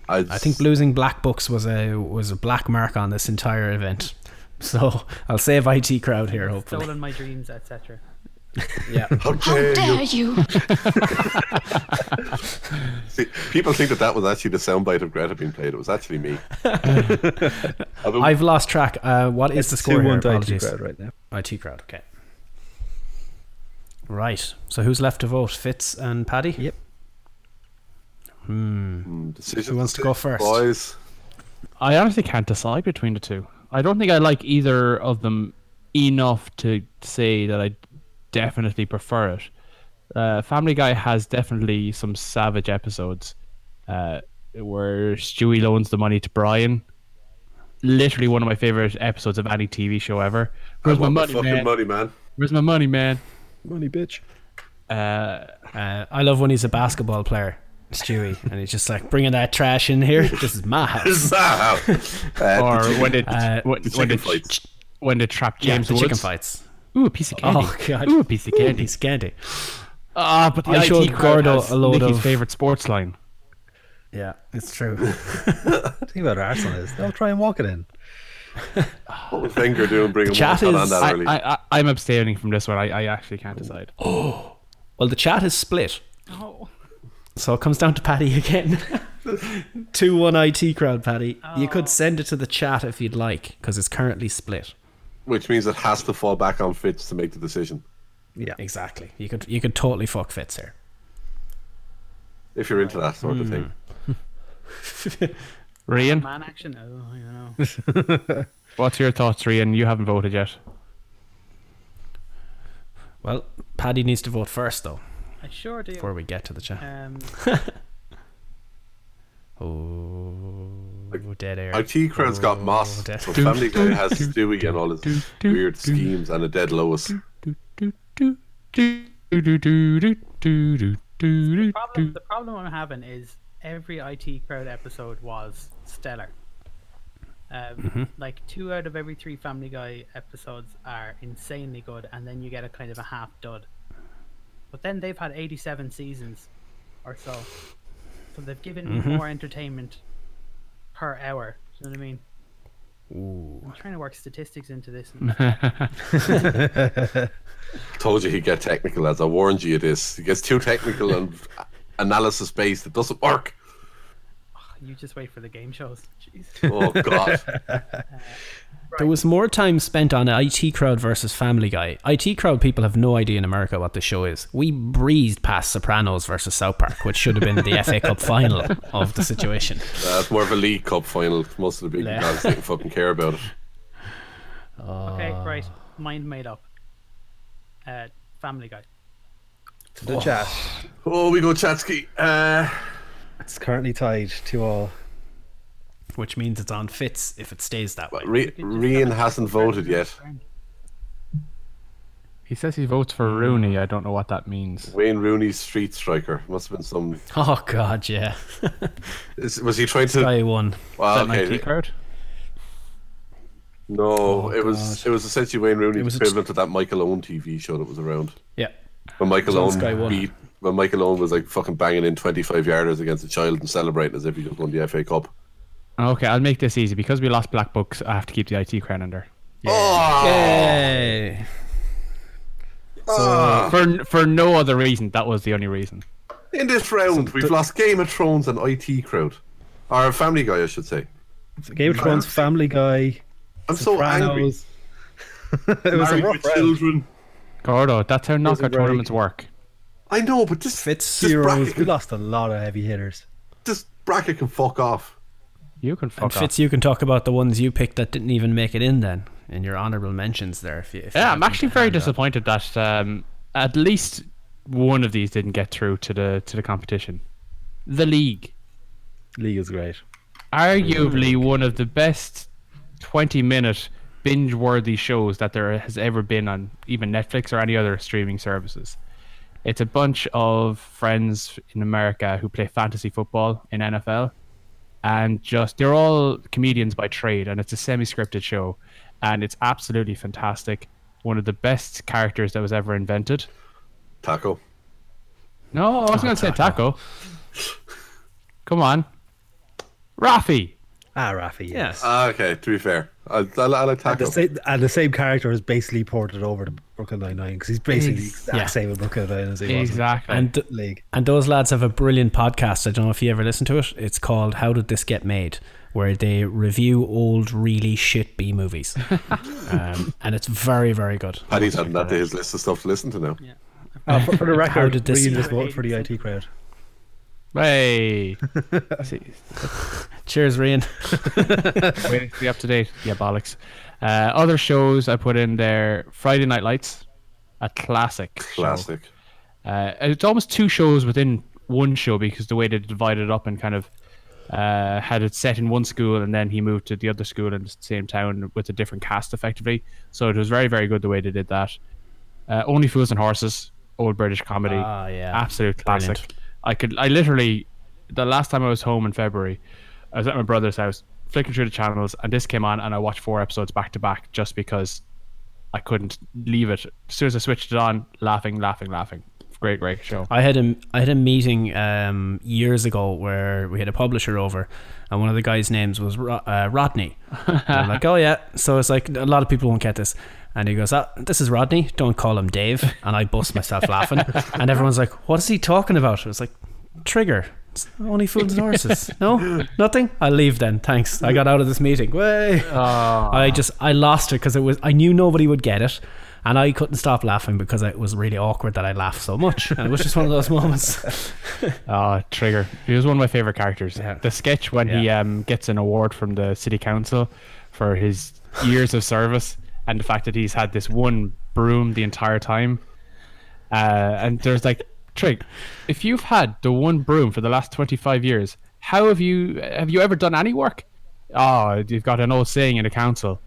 I, I think losing black books was a was a black mark on this entire event. So I'll save IT crowd here. Hopefully, Stolen my dreams, etc. [LAUGHS] How dare you? See, people think that that was actually the soundbite of Greta being played. It was actually me. I've been- I've lost track. Uh, what is the score Two here? one to IT Apologies. crowd right now. IT crowd. Okay. Right. So who's left to vote? Fitz and Paddy. Yep. Decision Who wants to go first? Boys. I honestly can't decide between the two. I don't think I like either of them enough to say that I definitely prefer it. Uh, Family Guy has definitely some savage episodes uh, where Stewie loans the money to Brian. Literally one of my favorite episodes of any TV show ever. Where's my want my money, fucking man? money, man. [LAUGHS] Where's my money, man? Money, bitch. Uh, Uh, I love when he's a basketball player, [LAUGHS] Stewie, and he's just like bringing that trash in here. This is my house. This is our house. Uh, or when Ah. it uh, when, the when chicken it fights. when it trapped Yeah, James the chicken Woods. fights. Ooh, a piece of candy. Oh god. Ooh, a piece of Ooh, candy. piece of candy. Ah, but the I IT showed crowd Gordo has a load Nicky's of- favorite sports line. Yeah, it's [LAUGHS] true. thing about Arsenal is they'll try and walk it in. What was Wenger doing? Bringing Chat Walcott on is- that I, early. I, I, I'm abstaining from this one. I, I actually can't decide. Well, the chat is split. So it comes down to Patty [LAUGHS] again. 2 1 IT crowd, Patty. You could send it to the chat if you'd like, because it's currently split. Which means it has to fall back on Fitz to make the decision. Exactly. You could you could totally fuck Fitz here. If you're into that sort of thing. Rian, Man action. Oh, you know. [LAUGHS] what's your thoughts, Rian? You haven't voted yet. Well, Paddy needs to vote first though, I sure do. before we get to the chat. Um, Oh, dead Hmm. air. IT crowd's Oh, got Moss, dear. but Family Guy has [LAUGHS] Stewie and all his weird schemes and a dead Lois. problem, the problem I'm having is every IT crowd episode was stellar. Um, Like two out of every three Family Guy episodes are insanely good, and then you get a kind of a half dud. But then they've had 87 seasons or so, so they've given me more entertainment per hour. Do you know what I mean? I'm trying to work statistics into this. and- Told you he'd get technical, as I warned you it is. He gets too technical and [LAUGHS] analysis based. It doesn't work. you just wait for the game shows. Jeez. [LAUGHS] Oh, [LAUGHS] God. There was more time spent on IT Crowd versus Family Guy. IT Crowd people have no idea in America what the show is. We breezed past Sopranos versus South Park, which should have been the [LAUGHS] FA Cup final of the situation. That's more of a League Cup final. Most of the big Yeah. guys didn't fucking care about it. Okay, right. Mind made up. Uh, family Guy. To the chat. Oh, we go Chatsky. Uh, It's currently tied to all. Which means it's on Fitz if it stays that way. Re- Rian hasn't voted yet. He says he votes for Rooney. I don't know what that means. Wayne Rooney's Street Striker. Must have been some. Oh god, yeah. Is, was he trying to. Guy won. Well, That okay. IT crowd? No, it was it was essentially Wayne Rooney's was a- equivalent to that Michael Owen TV show that was around. Yeah. When Michael on Sky Owen One. beat, when Michael Owen was like fucking banging in twenty five yarders against a child and celebrating as if he just won the FA Cup. Okay, I'll make this easy because we lost Black Books. I have to keep the IT crowd under. Ah! Oh, Yay. For for no other reason. That was the only reason. Ah! In this round, we've lost Game of Thrones and IT crowd, or Family Guy, I should say. Game of Thrones, Family Guy, [LAUGHS] I'm so angry. Sopranos. it was a Married rough with round. children. Gordo, that's how knockout break. tournaments work. I know, but this Fitz this Heroes. We bracket, lost a lot of heavy hitters. this bracket can fuck off. You can fuck off. Fitz, you can talk about the ones you picked that didn't even make it in then, in your honourable mentions there. If you, if you Yeah, have I'm them actually to very hand out. disappointed that um, at least one of these didn't get through to the to the competition. The league, League is great. arguably one of the best 20 minute binge worthy shows that there has ever been on even Netflix or any other streaming services. It's a bunch of friends in America who play fantasy football in NFL and just they're all comedians by trade and it's a semi-scripted show and it's absolutely fantastic. One of the best characters that was ever invented. Taco. No, I wasn't going to say taco. Come on. Rafi. Ah, Rafi. Yeah. Yes. Ah, okay, to be fair, I, I, I like And Taco. the, same, and the same character is basically ported over to Brooklyn Nine-Nine because he's basically the exact Yeah. same in Brooklyn Nine-Nine as he was in Exactly. and th- League. And those lads have a brilliant podcast. I don't know if you ever listened to it. It's called How Did This Get Made? Where they review old, really shit B movies. [LAUGHS] um, and it's very, very good. Paddy's adding that to his list of stuff to listen to now. Uh, for, for the record, did this- Reed just voted for the IT crowd. Hey. Cheers, Rain. Waiting to be up to date. Yeah, bollocks. Uh, other shows I put in there Friday Night Lights, a classic. show. Classic. Uh, it's almost two shows within one show because the way they divided it up and kind of uh, had it set in one school and then he moved to the other school in the same town with a different cast effectively. So it was very, very good the way they did that. Uh, Only Fools and Horses, old British comedy. Ah, yeah. Absolute classic. Brilliant. I could, I literally, the last time I was home in February, I was at my brother's house flicking through the channels and this came on and I watched four episodes back to back just because I couldn't leave it. As soon as I switched it on, laughing, laughing, laughing. Great, great show. I had a I had a meeting um, years ago where we had a publisher over, and one of the guys' names was Ro- uh, Rodney. And I'm like, oh yeah. So it's like a lot of people won't get this, and he goes, ah, "This is Rodney. Don't call him Dave." And I bust myself laughing, and everyone's like, "What is he talking about?" It's like, "Trigger." It's only fools and horses. No, nothing. I'll leave then. Thanks. I got out of this meeting. Way. I just I lost it because it was I knew nobody would get it, and I couldn't stop laughing because it was really awkward that I laughed so much. And it was just one of those moments. Ah, Trigger. He was one of my favorite characters. The sketch when he Yeah. um, gets an award from the city council for his years of service and the fact that he's had this one broom the entire time. Uh, and there's like, Trig, if you've had the one broom for the last 25 years, how have you have you ever done any work? Oh, you've got an old saying in the council: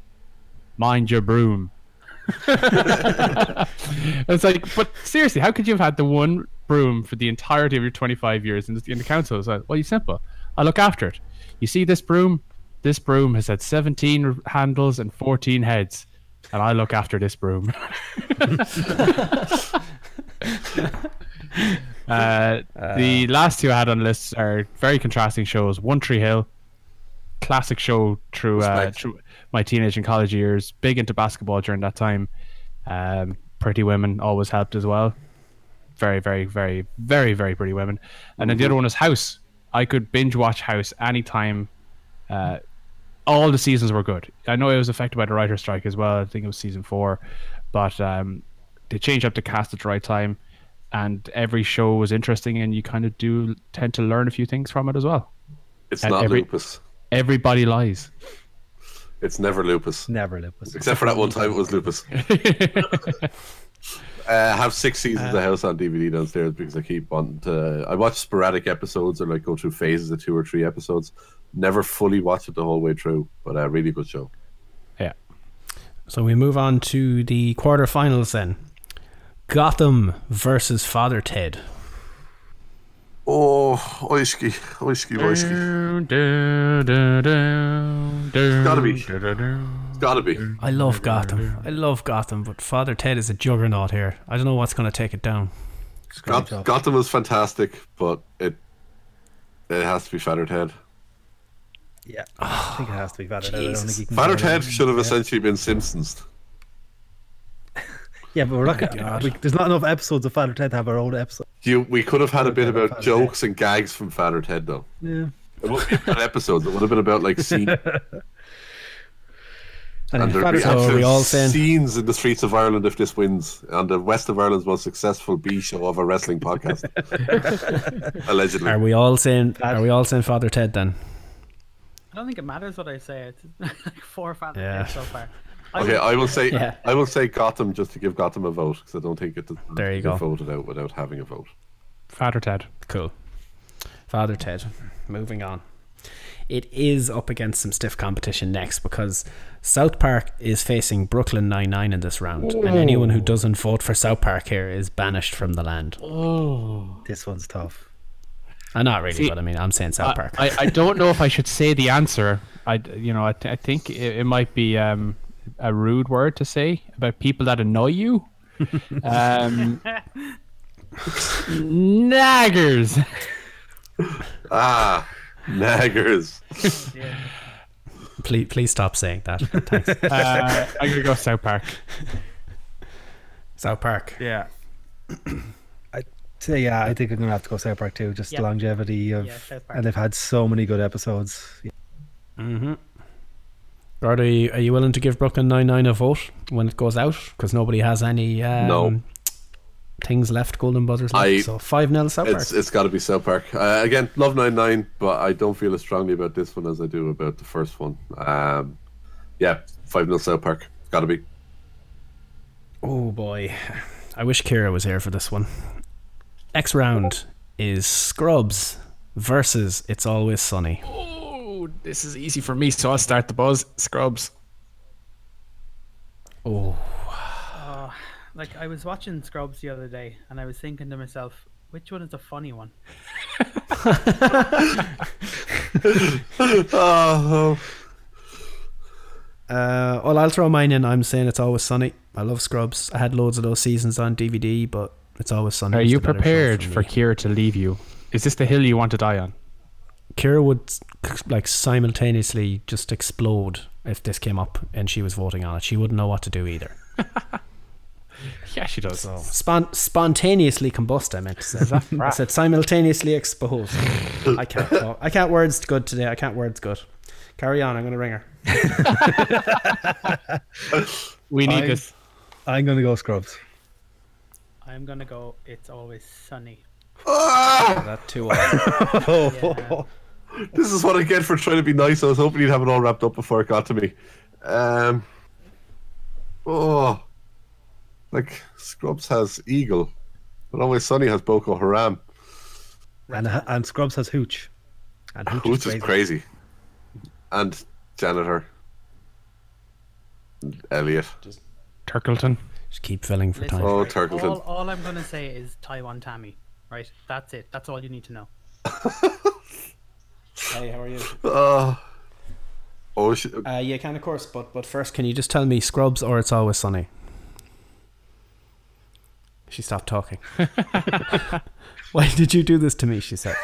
mind your broom. It's like, but seriously, how could you have had the one broom for the entirety of your 25 years in the, in the council? It's like, well, you simple. I look after it. You see this broom? This broom has had 17 r- handles and 14 heads, and I look after this broom. [LAUGHS] uh, the last two I had on the list are very contrasting shows. One Tree Hill, classic show through, uh, Respect. through my teenage and college years. Big into basketball during that time. Um, pretty women always helped as well. Very, very, very, very, very pretty women. And then the other one is House. I could binge watch House anytime. Uh, all the seasons were good. I know it was affected by the writer's strike as well. I think it was season four, but um, they changed up the cast at the right time, and every show was interesting, and you kind of do tend to learn a few things from it as well. It's And not every- lupus. Everybody lies. It's never lupus. Never lupus. Except for that one time it was [LAUGHS] lupus. uh, I have six seasons Uh. of House on DVD downstairs because I keep wanting to. I watch sporadic episodes or like go through phases of two or three episodes. Never fully watch it the whole way through, but a really good show. Yeah. so we move on to the quarterfinals then. Gotham versus Father Ted. Oh, oiski, oiski, oiski. Gotta gotta be. It's gotta be. I love Gotham. I love Gotham, but Father Ted is a juggernaut here. I don't know what's going to take it down. Got, Gotham was fantastic, but it it has to be Feathered Head. Yeah, I think it has to be Father Ted. I don't think you can go Feathered wrong. Head should have essentially been Simpsons. Yeah, but we're not. gonna, we, there's not enough episodes of Father Ted to have our own episode. You, we could have had a bit Feathered Head, about Feathered jokes and gags from Feathered Head, though. Yeah, It would not be about episodes. It would have been about [LAUGHS] like scene and And then there'd be Father So are absolute we all saying- scenes in the streets of Ireland if this wins, and the West of Ireland's most successful B show of a [LAUGHS] wrestling podcast, allegedly. Are we all saying? Are we all saying Father Ted then? I don't think it matters what I say. It's [LAUGHS] like four fans Yeah. so far. Okay, I will say Yeah. I will say Gotham just to give Gotham a vote because I don't think it There you get go. voted out without having a vote. Fatter Ted. Cool. Father Ted. Moving on. It is up against some stiff competition next because South Park is facing Brooklyn Nine Nine in this round, and anyone who doesn't vote for South Park here is banished from the land. this one's tough. Uh, not really, but I mean, I'm saying South Park. I, I don't know if I should say the answer. I d- you know I, th- I think it, it might be um, a rude word to say about people that annoy [LAUGHS] you. um, [LAUGHS] naggers. Ah, naggers. please, please stop saying that. Thanks. [LAUGHS] Uh, I'm gonna go South Park. South Park. [CLEARS THROAT] Yeah. So yeah, I think I'm gonna have to go South Park too. Just the Yeah. longevity of, Yeah, South Park. and they've had so many good episodes. Yeah, Are you, are you willing Um, to give Brooklyn Nine Nine a vote when it goes out? Because nobody has any um, No. things left, golden buzzers left. I- so 5 0 South Park. It's it's got to be South Park uh, again. Love 99, but I don't feel as strongly about this one as I do about the first one. Um, yeah, five 0 South Park. Got to be. Oh boy. I wish Kira was here for this one. Next round is Scrubs versus It's Always Sunny. Oh, this is easy for me, so I'll start the buzz. Scrubs. Oh. Like I was watching Scrubs the other day, and I was thinking to myself, which one is the funny one? Oh, Uh, well, I'll throw mine in. I'm saying It's Always Sunny. I love Scrubs. I had loads of those seasons on DVD, but It's Always Sunny. Are was you the better show prepared for me. Kira to leave you? Is this the hill you want to die on? Kira would like simultaneously just explode if this came up and she was voting on it. She wouldn't know what to do either. Yeah, she does. So spon- spontaneously combust. I meant to say. I said simultaneously expose. I can't. Talk. I can't words good today. I can't words good. Carry on. I'm gonna ring her. We need Fine. this. I'm going to go Scrubs. I'm gonna go. It's always sunny. That too. Old. Ah! this is what I get for trying to be nice. I was hoping you'd have it all wrapped up before it got to me. Um, oh, like Scrubs has Eagle, but Always Sunny has Boko Haram. And, and Scrubs has Hooch. And Hooch, Hoots is is crazy. crazy. And janitor. Elliot. Turkleton. Just keep filling for Listen, time. Oh, right, Turkleton. All, all I'm gonna say is Taiwan Tammy. Right, that's it. That's all you need to know. Hey, how are you? Oh. Oh, sh- Uh, yeah, can of course. But but first, can you just tell me Scrubs or It's Always Sunny? She stopped talking. Why did you do this to me? She said.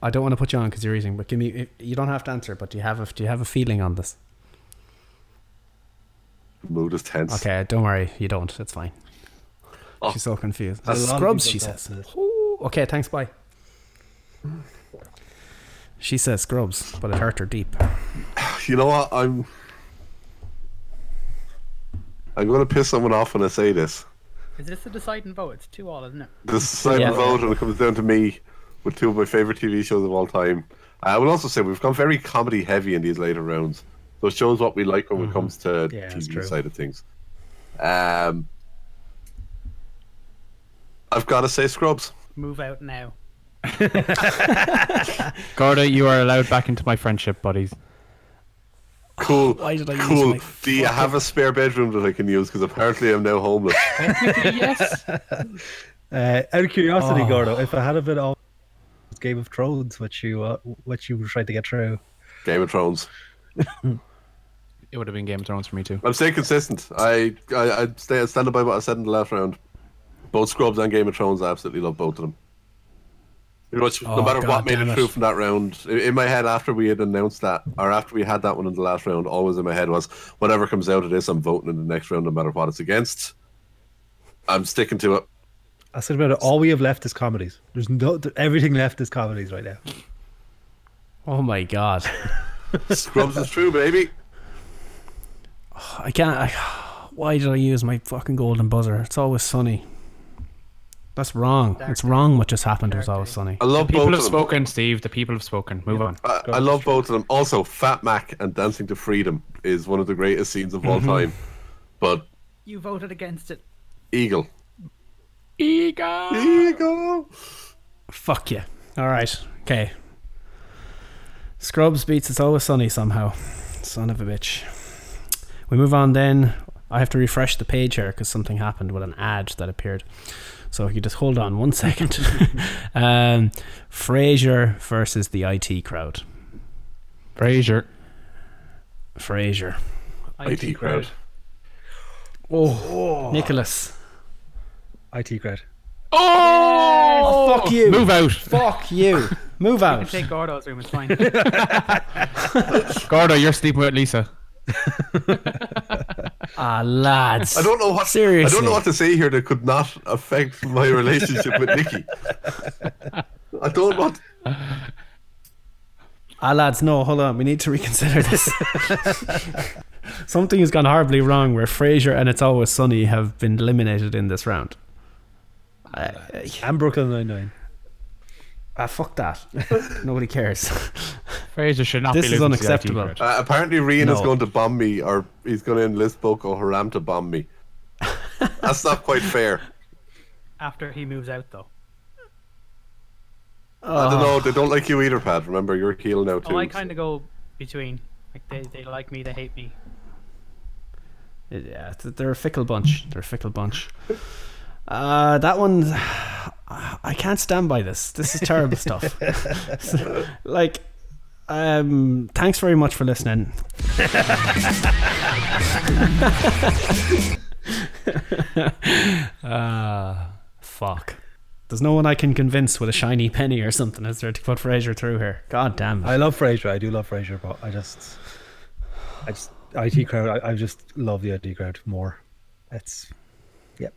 I don't want to put you on because you're eating, but give me. You don't have to answer, but do you have a do you have a feeling on this? mood is tense. Okay, don't worry. You don't. It's fine. She's so confused. lot of Scrubs, people she don't says. Ooh, okay, thanks. Bye. She says scrubs, but it hurt her deep. [SIGHS] You know what? I'm. I'm going to piss someone off when I say this. Is this the deciding vote? It's two all, isn't it? This [LAUGHS] is Simon Yeah. Vote, and it comes down to me with two of my favorite TV shows of all time. I will also say we've gone very comedy heavy in these later rounds, so it shows what we like when it comes to Mm-hmm. Yeah, that's TV true. side of things. Um, I've got to say Scrubs. Move out now. Gorda, you are allowed back into my friendship, buddies. Cool. Why did I use cool. my Do you have a spare bedroom that I can use? Because apparently I'm now homeless. yes. Uh, out of curiosity, Oh. Gordo, if I had a bit of Game of Thrones, which you uh, which you were trying to get through, Game of Thrones. It would have been Game of Thrones for me too. I'm staying consistent. I I, I stay I stand by what I said in the last round. Both Scrubs and Game of Thrones, I absolutely love both of them. You know, it's- Oh, no matter God what made damn it it. through from that round, i- in my head after we had announced that, or after we had that one in the last round, always in my head was whatever comes out of this, I'm voting in the next round, no matter what it's against. I'm sticking to it. I said about it. All we have left is comedies. There's no everything left is comedies right now. Oh my god. Scrubs is true, baby. I can't. I, why did I use my fucking golden buzzer? It's always sunny. That's wrong. it's wrong what just happened. It was always sunny. I love People both have of them. spoken, Steve. The people have spoken. Move on. I, I love both of them. Also, Fat Mac and Dancing to Freedom is one of the greatest scenes of Mm-hmm. all time. But You voted against it. Eagle. Ego. Eagle. Fuck you. All right. Okay. Scrubs beats It's Always Sunny somehow. Son of a bitch. We move on then. I have to refresh the page here because something happened with an ad that appeared. So if you just hold on one [LAUGHS] second. um, Frasier versus the IT crowd. Frasier. Frasier. [LAUGHS] IT crowd. Nicholas. IT crowd. Oh, fuck you. Move out. Fuck you. Move You out. can take Gordo's room. It's fine. Gordo, you're sleeping with Lisa. Ah, lads. I don't know what Seriously. I don't know what to say here that could not affect [LAUGHS] my relationship with Nikki. I don't want. Ah, lads, no, hold on. We need to reconsider [LAUGHS] this. Something has gone horribly wrong where Frasier and It's Always Sunny have been eliminated in this round. and Brooklyn Nine Nine. Ah, fuck [LAUGHS] that. Nobody cares. Fraser should not This be is losing to the IT unacceptable. crowd. Uh, apparently, Rian is No. going to bomb me, or he's going to enlist Boko Haram to bomb me. That's not quite fair. After he moves out, though. I Ah. don't know. They don't like you either, Pat. Remember, you're heel now too. Oh, I kind of go between. Like they, they like me, they hate me. Yeah, th- they're a fickle bunch. They're a fickle bunch. Uh, that one, I can't stand by this. This is terrible stuff. [LAUGHS] like, um, thanks very much for listening. uh, fuck. There's no one I can convince with a shiny penny or something, is there, to put Fraser through here? God damn it. I love Frasier. I do love Frasier, but I just, I just IT crowd. I, I just love the IT crowd more. It's, yep.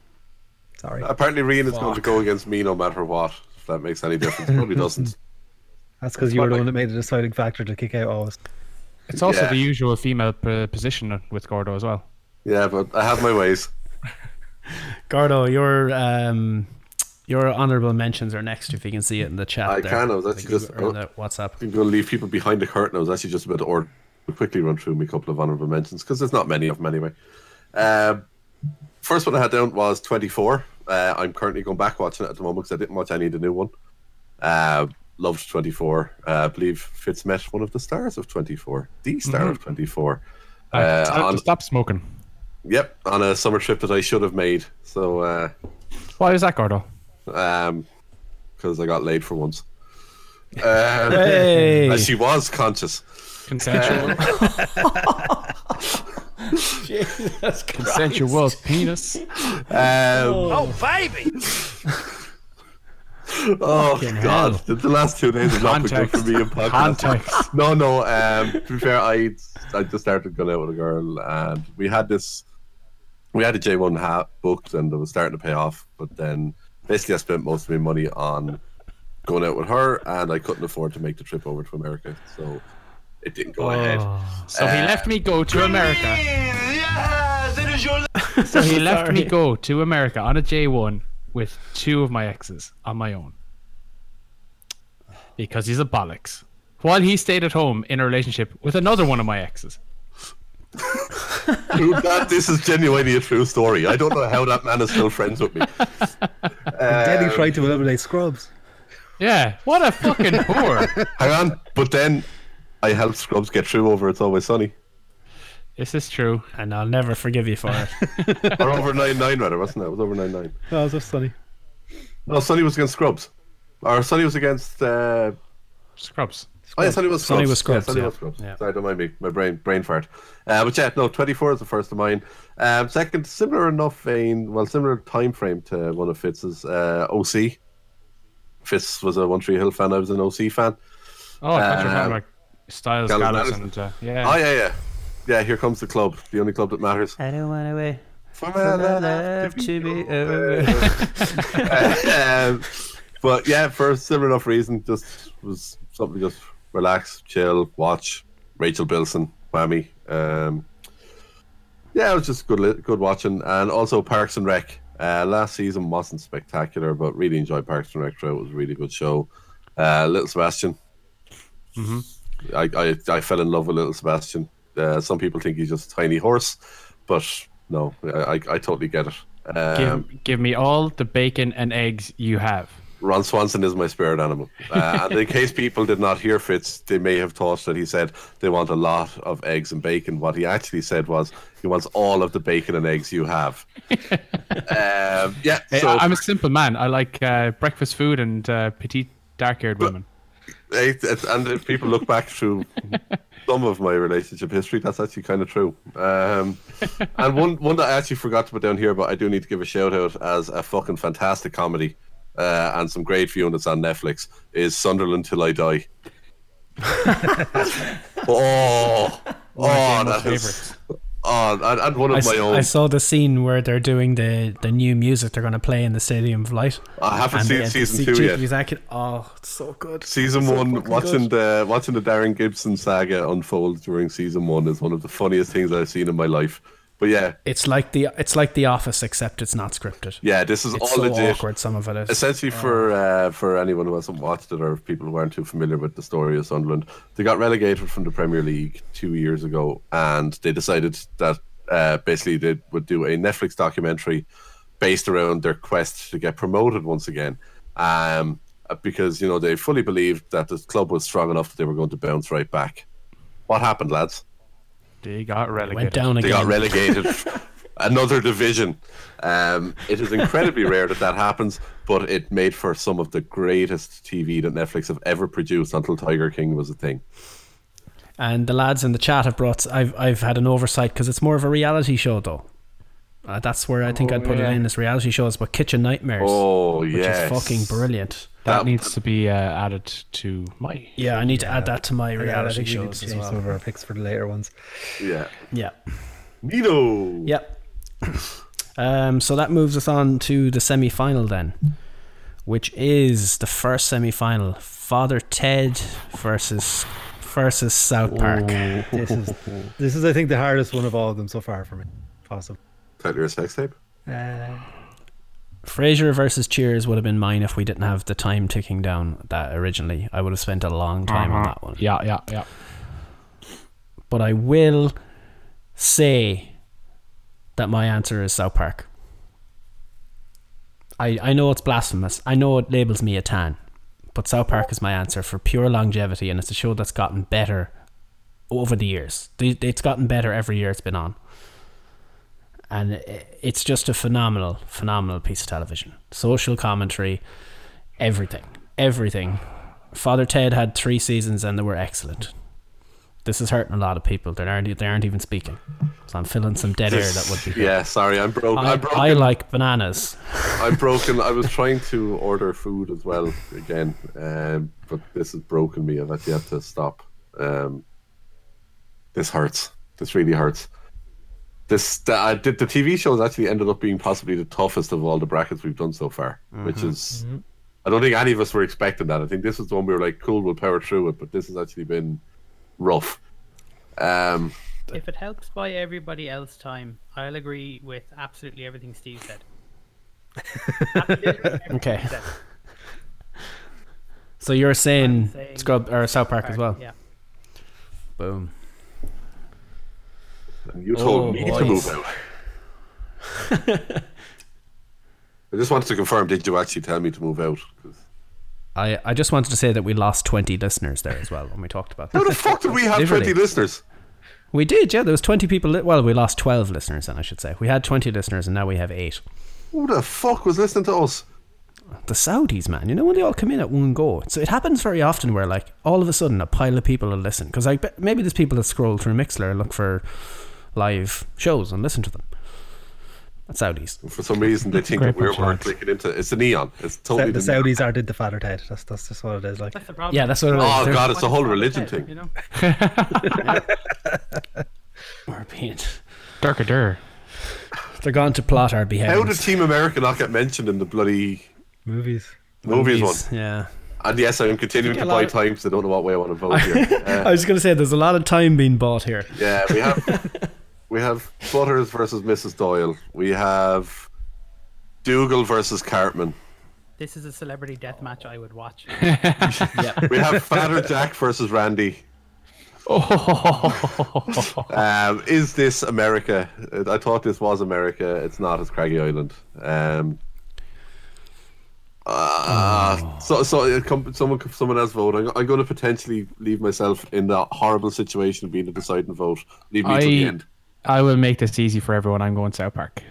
Uh, Sorry, Apparently, Rian is going to go against me no matter what. If that makes any difference, probably doesn't. that's because you were the Well, one that made the deciding factor to kick out Oz. It's also Yeah. the usual female p- position with Gordo as well. Yeah, but I have my ways. Gardo, your um, your honorable mentions are next if you can see it in the chat. I there. can, I was The actually just- Google- or the WhatsApp. I'm going to leave people behind the curtain. I was actually just about to order, quickly run through me a couple of honorable mentions because there's not many of them anyway. Um, first one I had down was 24. Uh, I'm currently going back watching it at the moment because I didn't watch any of the new one. Uh, loved 24. Uh, I believe Fitz met one of the stars of 24, the star of 24. Uh, stop, on, stop smoking. yep, on a summer trip that I should have made. So, uh, Why is that, Gordo? um, because I got laid for once. Uh, Hey, and she was conscious. Consensual, Jesus Christ. consensual penis. Um, Oh, baby. Oh God! The, the last two days have not been good for Context. me in podcast. Context. No, no. Um, to be fair, I I just started going out with a girl, and we had this. We had a J one hat booked, and it was starting to pay off. But then, basically, I spent most of my money on going out with her, and I couldn't afford to make the trip over to America, so it didn't go ahead. Oh. So he left me go Uh, to America. Yes, it is your So he left me Sorry. go to America on a J1 with two of my exes on my own. Because he's a bollocks. While he stayed at home in a relationship with another one of my exes. that this is genuinely a true story. I don't know how that man is still friends with me. Uh, Daddy tried to eliminate Scrubs. Yeah, what a fucking [LAUGHS] whore. Hang on, but then I helped Scrubs get through over "It's Always Sunny." This is true. and I'll never forgive you for [LAUGHS] it. or over nine nine rather, wasn't it? It was over nine nine. No, it's Oh, just funny. No, Sonny was against Scrubs. Or Sonny was against. Uh... Scrubs. Oh, yeah, Sonny was Scrubs. Sonny was Scrubs, Yeah, Sonny yeah. was Scrubs. Yeah. Sorry, don't mind me. My brain brain fart. Uh, but yeah, no, 24 is the first of mine. Um, second, similar enough vein, well, similar time frame to one of Fitz's, uh, OC. Fitz was a One Tree Hill fan. I was an OC fan. Oh, I thought you were Uh, talking about Styles Gallows Gallows Madison. and uh, yeah. Oh, yeah, yeah. Yeah, here comes the club. The only club that matters. I don't want to [LAUGHS] wait For my love to be over. [LAUGHS] Um, but yeah, for a similar enough reason, just was something to just relax, chill, watch Rachel Bilson, whammy. Um, yeah, it was just good, li- good watching, and also Parks and Rec. Uh, last season wasn't spectacular, but really enjoyed Parks and Rec. Through. It was a really good show. Uh, Little Sebastian, I, I I fell in love with Little Sebastian. Uh, some people think he's just a tiny horse, but no, I I, I totally get it. Give, Um, give me all the bacon and eggs you have. Ron Swanson is my spirit animal. Uh, and in case people did not hear Fitz, they may have thought that he said they want a lot of eggs and bacon. What he actually said was he wants all of the bacon and eggs you have. um, yeah, Hey, so I, am a simple man. I like uh, breakfast food and uh, petite, dark-haired women. it- it- and if people look [LAUGHS] back through some of my relationship history, that's actually kind of true. Um, and one one that I actually forgot to put down here, but I do need to give a shout out as a fucking fantastic comedy uh, and some great viewing that's on Netflix is Sunderland Till [LAUGHS] I Die. oh, oh, that is, oh, and, and one of I, my s- own. I saw the scene where they're doing the, the new music they're going to play in the Stadium of Light. I haven't And seen the- the season C- two G- yet. Music, oh, it's so good. Season So one, fucking watching good. the watching the Darren Gibson saga unfold during season one is one of the funniest things I've seen in my life. But yeah, It's like the it's like The Office, except it's not scripted. yeah, this is it's all so legit. awkward. Some of it is. Essentially, for uh, for anyone who hasn't watched it or people who aren't too familiar with the story of Sunderland, they got relegated from the Premier League two years ago, and they decided that uh, basically they would do a Netflix documentary based around their quest to get promoted once again. Um, because you know they fully believed that the club was strong enough that they were going to bounce right back. What happened, lads? They got Went relegated. down they again. [LAUGHS] got relegated another division um, it is incredibly rare that that happens but it made for some of the greatest tv that netflix have ever produced until tiger king was a thing and the lads in the chat have brought. I've I've had an oversight because it's more of a reality show though. Uh, that's where I think I'd put it in as reality shows, but Kitchen Nightmares, oh which yes is fucking brilliant. That, That- needs to be uh, added to my. Yeah, I need to add that to my Yeah, I reality think we need shows to as change some well. of our picks for the [LAUGHS] later ones. yeah Yeah. Nito Yep. [COUGHS] Um, so that moves us on to the semi final then, which is the first semi final Father Ted versus versus South Park. This is this is I think the hardest one of all of them so far for me. Possible. Tyler your sex tape Frasier versus Cheers would have been mine if we didn't have the time ticking down that originally. I would have spent a long time on that one. Yeah, yeah, yeah. But I will say that my answer is South Park. I, I know it's blasphemous. I know it labels me a tan. But South Park is my answer for pure longevity, and it's a show that's gotten better over the years. They- It's gotten better every year it's been on. And i- it's just a phenomenal, phenomenal piece of television. Social commentary, everything. Everything. Father Ted had three seasons, and they were excellent. This is hurting a lot of people. They aren't, they aren't even speaking. So I'm filling some dead air that would be. good. yeah sorry i'm broke I, i'm broken I like bananas. i'm broken i was trying to order food as well again um, but this has broken me i've actually had to stop um, this hurts this really hurts this the, I did the TV shows actually ended up being possibly the toughest of all the brackets we've done so far, which is I don't think any of us were expecting that. I think this was the one we were like, cool, we'll power through it, but this has actually been rough. Um, If it helps buy everybody else time, I'll agree with absolutely everything [LAUGHS] Steve said. Okay. So you're saying, saying Scrub or South Park, as well? Yeah. Boom. and you told Oh, me to boys. move out. I just wanted to confirm: Did you actually tell me to move out? 'Cause- I, I just wanted to say that we lost 20 listeners there as well when we talked about How that. the fuck did we have Literally. twenty listeners? we did, yeah. There was 20 people. Li- well, we lost 12 listeners then, I should say. We had 20 listeners and now we have 8. Who the fuck was listening to us? The Saudis, man. You know when they all come in at one go? So it happens very often where, like, all of a sudden a pile of people will listen. Because I bet maybe there's people that scroll through Mixler and look for live shows and listen to them. That's Saudis. For some reason, they think Great that we're, punchline. we're clicking into. It's a neon. It's The totally the neon. Saudis are did the father Ted. That's that's just what it is. Like That's the problem. Yeah, that's what it is. Oh They're- god, it's a whole Father religion Ted, You thing. know? we're being- Durkadur. [LAUGHS] They're gone to plot our behavior. How did Team America not get mentioned in the bloody movies. movies one? Yeah. And yes, I'm continuing to buy time because I don't know what way I want to vote here. Uh, I was going to say, there's a lot of time being bought here. yeah, we have we have Butters versus Mrs. Doyle. We have Dougal versus Cartman. This is a celebrity death match I would [LAUGHS] watch. We have Father Jack versus Randy. um, is this America? I thought this was America. It's not. It's Craggy Island. Um, ah, So, so it com- someone, someone else vote. I'm, I'm going to potentially leave myself in the horrible situation of being the deciding vote. Leave me till the I, end. I will make this easy for everyone. I'm going South Park.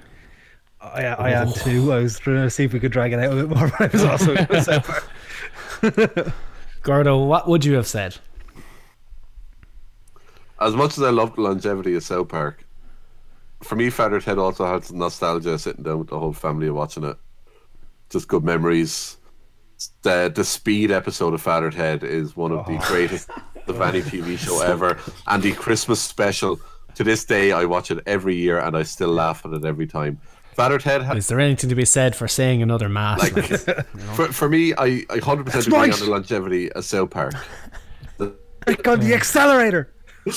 I, I am too. I was trying to see if we could drag it out a bit more, [LAUGHS] but I [LAUGHS] was also gonna say- Gordo, what would you have said? As much as I love the longevity of South Park, for me, Father Ted also had some nostalgia sitting down with the whole family and watching it. Just good memories. The the speed episode of Father Ted is one of the greatest of any TV show ever, and the Christmas special. To this day, I watch it every year, and I still laugh at it every time. Father Ted, ha- Is there anything to be said for saying another mass? [LAUGHS] for, for me, I, I 100% agree on the longevity of South Park. Click on the accelerator. Do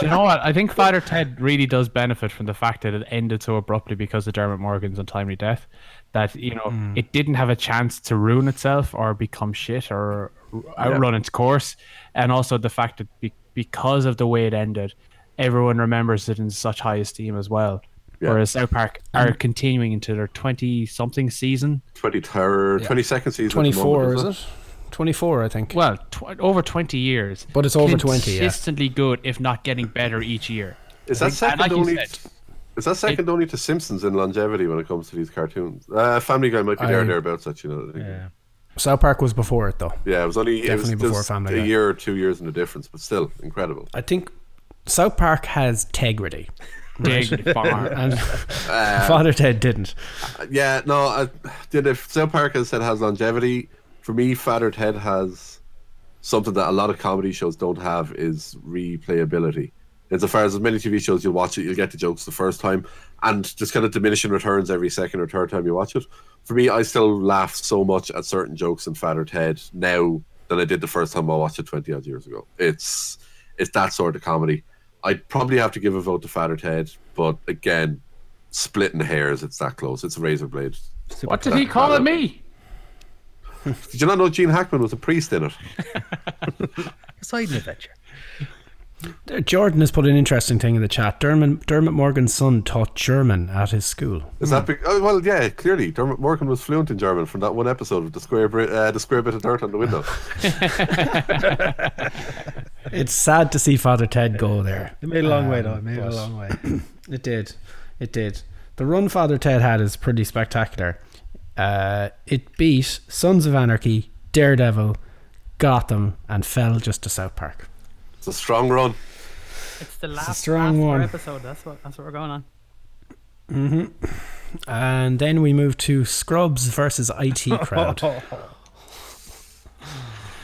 you know what? I think Father Ted really does benefit from the fact that it ended so abruptly because of Dermot Morgan's untimely death. That you know, Hmm. it didn't have a chance to ruin itself or become shit or outrun its course, and also the fact that be- because of the way it ended, everyone remembers it in such high esteem as well. Yeah. Whereas South Park are continuing into their twenty-something season. 23rd, 22nd season. at the 24, moment, is it? 24, I think. Well, tw- over twenty years, But it's over 20, yeah. consistently good, if not getting better each year. Is that And second like you only? said- is that second only to Simpsons in longevity when it comes to these cartoons? Uh, Family Guy might be there I- thereabouts, actually. You know, I think. Yeah. South Park was before it, though. it was only it was Definitely before just Family a Guy. year or two years in the difference, but still incredible. I think South Park has integrity, Dig [LAUGHS] bar. [LAUGHS] and Father Ted didn't. Uh, yeah, no, I, did if South Park has said has longevity, for me, Father Ted has something that a lot of comedy shows don't have is replayability. It's as far as as many TV shows you'll watch it, you'll get the jokes the first time, and just kind of diminishing returns every second or third time you watch it. For me, I still laugh so much at certain jokes in Father Ted now than I did the first time I watched it twenty odd years ago. It's it's that sort of comedy. I'd probably have to give a vote to Father Ted, but again, splitting hairs, it's that close. It's a razor blade. what did he call me? Did you not know Gene Hackman was a priest in it? Side adventure. Jordan has put an interesting thing in the chat. Dermot, Dermot Morgan's son taught German at his school. Is that big? Oh, well, yeah, clearly. Dermot Morgan was fluent in German from that one episode with the square, bri- uh, the square bit of dirt on the window. It's sad to see Father Ted go there. It made a long way though. It made a long [COUGHS] way. It did. It did. The run Father Ted had is pretty spectacular. Uh, it beat Sons of Anarchy, Daredevil, Gotham, and fell just to South Park. It's a strong run. It's the last, strong last one. episode. That's what that's what we're going on. And then we move to Scrubs versus IT [LAUGHS] [LAUGHS] Crowd.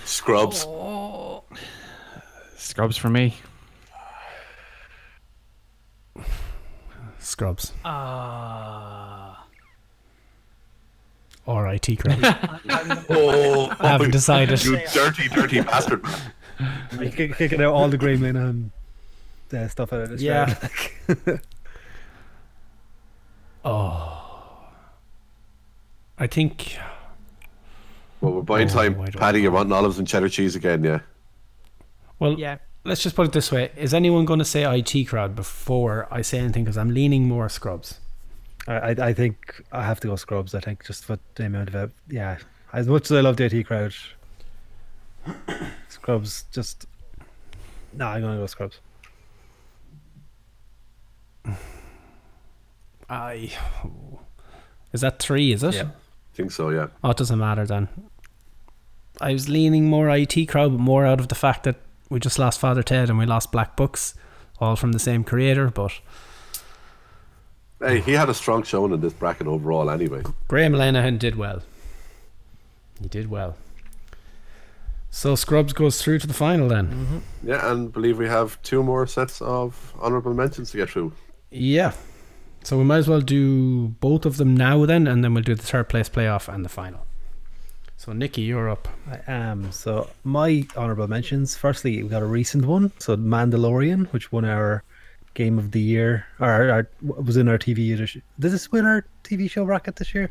Scrubs. Scrubs for me. Scrubs Ah, or IT [LAUGHS] Crowd. Oh, I haven't decided. you dirty, dirty bastard. You kick- kicking out all the Grey Minham uh, stuff out of this. Yeah. round. I think Well, we're buying time. why do I- Paddy, you're wanting olives and cheddar cheese again, yeah? Well, Yeah. Let's just put it this way: Is anyone going to say IT crowd before I say anything? Because I'm leaning more Scrubs. I, I I think I have to go Scrubs. I think just for the amount of it. Yeah, as much as I love DT Crowd, Scrubs just. No, I'm gonna go Scrubs. I is that three? Is it? Yeah. I think so, yeah. Oh, it doesn't matter then. I was leaning more IT crowd, but more out of the fact that we just lost Father Ted and we lost Black Books, all from the same creator. But Hey, he had a strong showing in this bracket overall, anyway. Graham Lenihan did well. He did well. So Scrubs goes through to the final then. Mm-hmm. Yeah, and believe we have two more sets of honourable mentions to get through. Yeah. So we might as well do both of them now then, and then we'll do the third place playoff and the final. So Nikki, you're up. I am. So my honorable mentions. Firstly, we got a recent one. So Mandalorian, which won our game of the year, or, our- was in our TV. This, did this win our TV show bracket this year?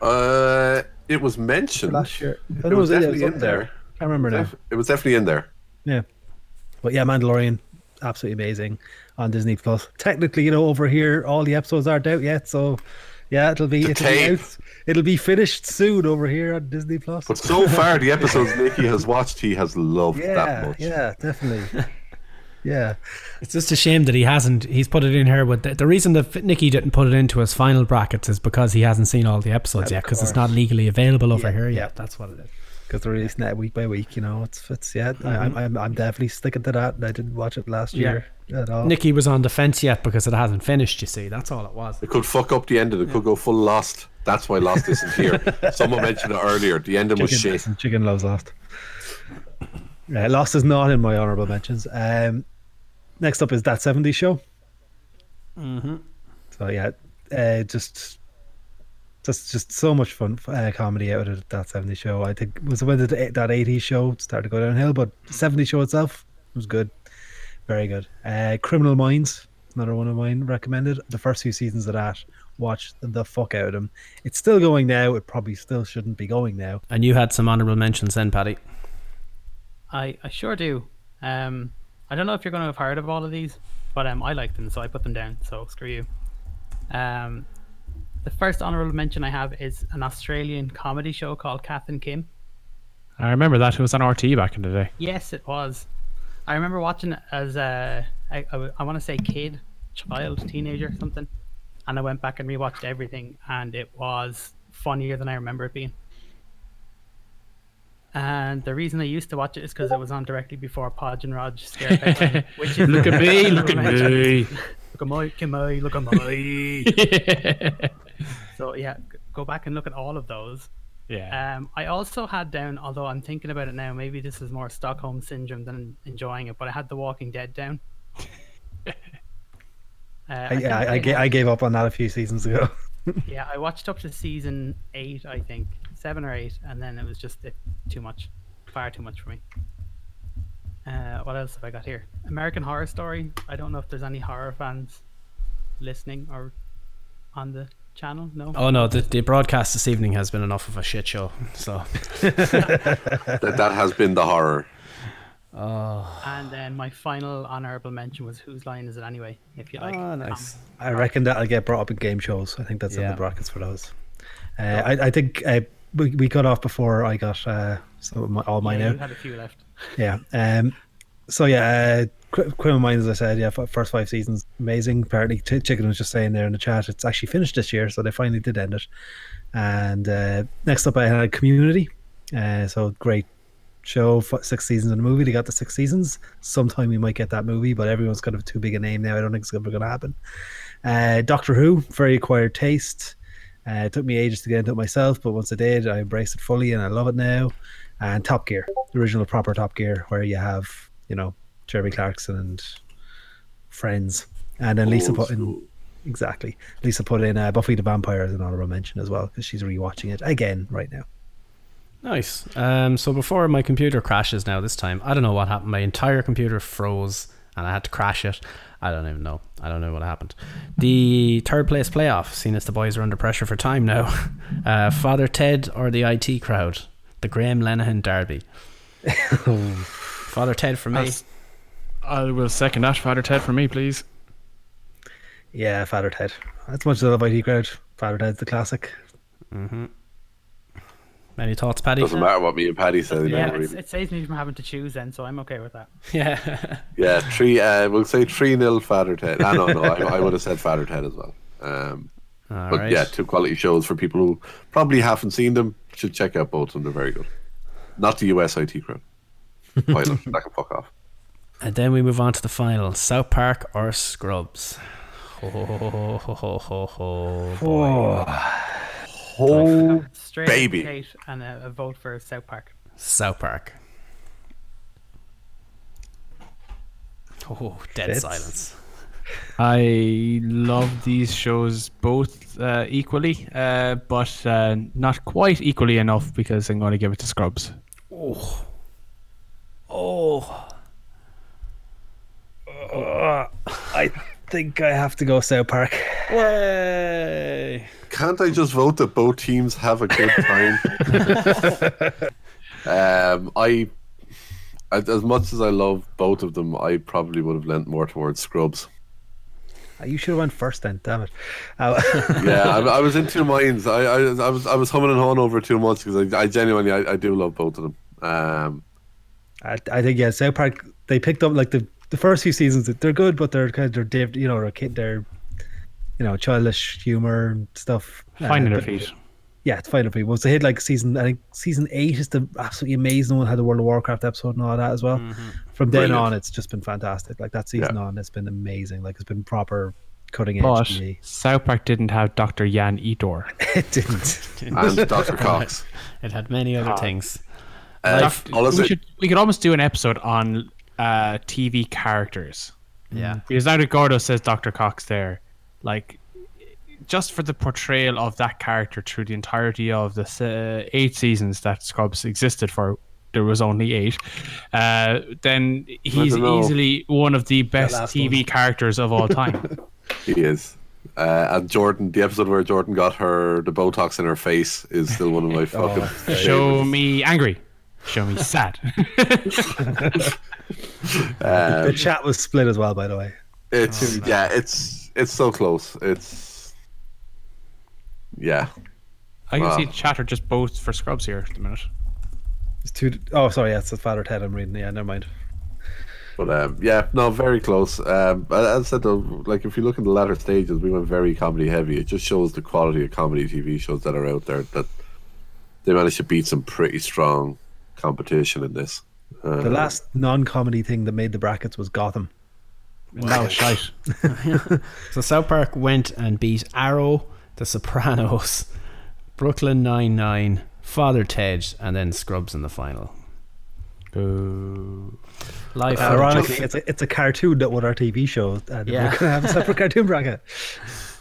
Uh, it was mentioned. Last year? I It know was it definitely up in there. Can't remember now. Def- It was definitely in there. Yeah. But yeah, Mandalorian, absolutely amazing on Disney Plus. Technically, you know, over here all the episodes aren't out yet, so yeah, it'll be The it'll be, tape. out, it'll be finished soon over here on Disney Plus. But so far, the episodes Nicky has watched, he has loved that yeah, much. yeah, [LAUGHS] definitely. yeah. It's just a shame that he hasn't. He's put it in here, but the, the reason that Nikki didn't put it into his final brackets is because he hasn't seen all the episodes yet, because it's not legally available over here yet. That's what it is. Because they're releasing that week by week, you know, it's it's yeah. I I'm, I'm I'm definitely sticking to that. and I didn't watch it last Yeah. year at all. Nikki was on the fence yet because it hasn't finished. You see, that's all it was. It could fuck up the ending. It could go full Lost. That's why Lost isn't here. Someone mentioned it earlier. The ending was chicken, shit. chicken loves Lost. Yeah, Lost is not in my honorable mentions. Um, next up is that 70s show. Mm-hmm. So yeah, uh, just just just so much fun uh, comedy out of that 70s show. I think was when did that 80s show started to go downhill, but the 70s show itself was good. Very good. Uh, Criminal Minds, another one of mine recommended. The first few seasons of that, watch the fuck out of them. It's still going now. It probably still shouldn't be going now. And you had some honorable mentions then, Paddy. I, I sure do. Um, I don't know if you're going to have heard of all of these, but um, I like them, so I put them down. So screw you. Um, the first honorable mention I have is an Australian comedy show called Kath and Kim. I remember that. It was on RT back in the [LAUGHS] day. Yes, it was. I remember watching it as a, I, I, I want to say kid, child, teenager, something. And I went back and rewatched everything, and it was funnier than I remember it being. And the reason I used to watch it is because it was on directly before Podge and Raj Scare [LAUGHS] Pipeline, which is Look at [LAUGHS] me, look at me. Look at my, look at my, look at my. so yeah, g- go back and look at all of those. Yeah. Um, I also had down, although I'm thinking about it now, maybe this is more Stockholm syndrome than enjoying it, but I had The Walking Dead down. [LAUGHS] uh, I, can't yeah, I, I, say ga- how- I gave up on that a few seasons ago. [LAUGHS] yeah, I watched up to season eight, I think, seven or eight, and then it was just it, too much, far too much for me. Uh, what else have I got here? American Horror Story. I don't know if there's any horror fans listening or on the channel. No. Oh no, the, the broadcast this evening has been enough of a shit show. So That, that has been the horror. And then my final honorable mention was whose line is it anyway? If you like. Ah, Tom. nice. I reckon that'll get brought up in game shows. I think that's in Yeah. the brackets for those. Uh, I, I think uh, we, we got off before I got uh, some of my, all mine Yeah, out. you had a few left. Yeah. Um, so yeah, uh, Qu- Criminal Minds, as I said, yeah, f- first five seasons, amazing. Apparently, Ch- Chicken was just saying there in the chat, it's actually finished this year, so they finally did end it. And uh, next up, I had Community. Uh, so great show, f- six seasons in a movie. They got the six seasons. Sometime we might get that movie, but everyone's kind of too big a name now. I don't think it's ever going to happen. Uh, Doctor Who, very acquired taste. Uh, it took me ages to get into it myself, but once I did, I embraced it fully and I love it now. And Top Gear, the original proper Top Gear, where you have, you know, Jeremy Clarkson and friends. And then Lisa Old put school. in, exactly. Lisa put in uh, Buffy the Vampire as an honorable mention as well, because she's rewatching it again right now. Nice. Um, so before my computer crashes now this time, I don't know what happened. My entire computer froze and I had to crash it. I don't even know. I don't know what happened. The third place playoff, seeing as the boys are under pressure for time now. [LAUGHS] Uh, Father Ted or the IT crowd? The Graham Lenihan [LAUGHS] Derby. Father Ted for me. That's- I will second that, Father Ted, for me, please. Yeah, Father Ted. That's much as I love IT crowd. Father Ted's the classic. Any thoughts, Paddy? Doesn't matter what me and Paddy say. Yeah, Yeah, it's, it saves me from having to choose then, so I'm okay with that. Yeah. yeah three. Uh, we'll say three nil Fathered Head. I don't know. I, I would have said Fathered Head as well. Um, All but right. yeah, two quality shows for people who probably haven't seen them. Should check out both of them. They're very good. Not the US IT crowd. Why not? That can fuck off. And then we move on to the final South Park or Scrubs. Ho, ho, ho, ho, ho, ho, ho, ho, boy. Oh, Straight out the Baby. gate and a, a vote for South Park. South Park. Oh, dead Shits. silence. I love these shows both uh, equally, uh, but uh, not quite equally enough because I'm going to give it to Scrubs. Oh. Oh. Uh, I [LAUGHS] think I have to go South Park. Way. can't I just vote that both teams have a good [LAUGHS] time? um, I, as as much as I love both of them, I probably would have lent more towards Scrubs. Uh, You should have went first then, damn it. Uh, [LAUGHS] yeah, I, I was in two minds. I, I, I was I was humming and hawing over two months because I, I genuinely I, I do love both of them. Um, I, I think yeah, South Park. They picked up like the the first few seasons. They're good, but they're kind of they're div- you know they're kid they're you know childish humor and stuff. Uh, Finding their but- feet. Yeah, it's finding their feet. Once they hit like season, I think season eight is the absolutely amazing one. Had the World of Warcraft episode and all that as well. From then Brilliant. on, it's just been fantastic. Like that season Yeah. on, it's been amazing. Like it's been proper cutting edge. But to me. [LAUGHS] South Park didn't have Dr. Jan Etor. it didn't. [LAUGHS] and Dr. Cox. It had many other things. Uh, Doc- all I we, say- should, we could almost do an episode on uh, TV characters. Yeah. Because now that Gordo says Dr. Cox there, like, just for the portrayal uh, of that character through the entirety of the se- eight seasons that Scrubs existed for, there was only eight, uh, then he's don't know. easily one of the best last TV characters of all time. He is. Uh, and Jordan, the episode where Jordan got her the Botox in her face is [LAUGHS] still one of my Oh, fucking. Show me angry. Show me sad. uh, The chat was split as well, by the way. It's yeah, it's it's so close. It's yeah. [LAUGHS] I can Wow. see Chatter just both for Scrubs here at the minute. It's two. Oh, sorry, yeah, it's the Father Ted I'm reading. Yeah, never mind. But um, yeah, no, very close. Um, but as I said though, like if you look in the latter stages, we went very comedy heavy. It just shows the quality of comedy TV shows that are out there that they managed to beat some pretty strong competition in this. Uh, The last non-comedy thing that made the brackets was Gotham. And that was shite. So South Park went and beat Arrow, The Sopranos, Brooklyn Nine Nine, Father Ted, and then Scrubs in the final. Boo. Life. Uh, Ironically, it's a, it's a cartoon, not one of our TV shows, and Yeah. we're gonna have a separate cartoon bracket.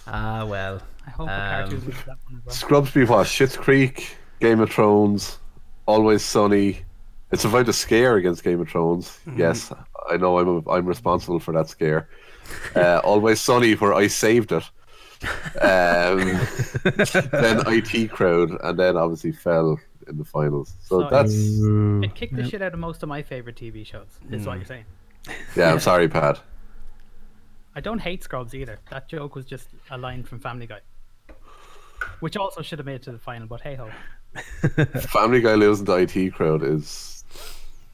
Ah well. I hope the Um, cartoons win that one as well. Scrubs be what? Shit's Creek, Game of Thrones, Always Sunny. It's about a scare against Game of Thrones. Yes, I know I'm I'm responsible for that scare. Uh, Always Sunny, where I saved it. Um, then IT Crowd, and then obviously fell in the finals. So So- that's It kicked Mm. the shit out of most of my favorite TV shows. Is what you're saying. yeah. I'm sorry, Pat. I don't hate Scrubs either. That joke was just a line from Family Guy, which also should have made it to the final. But hey ho. Family Guy losing to IT Crowd is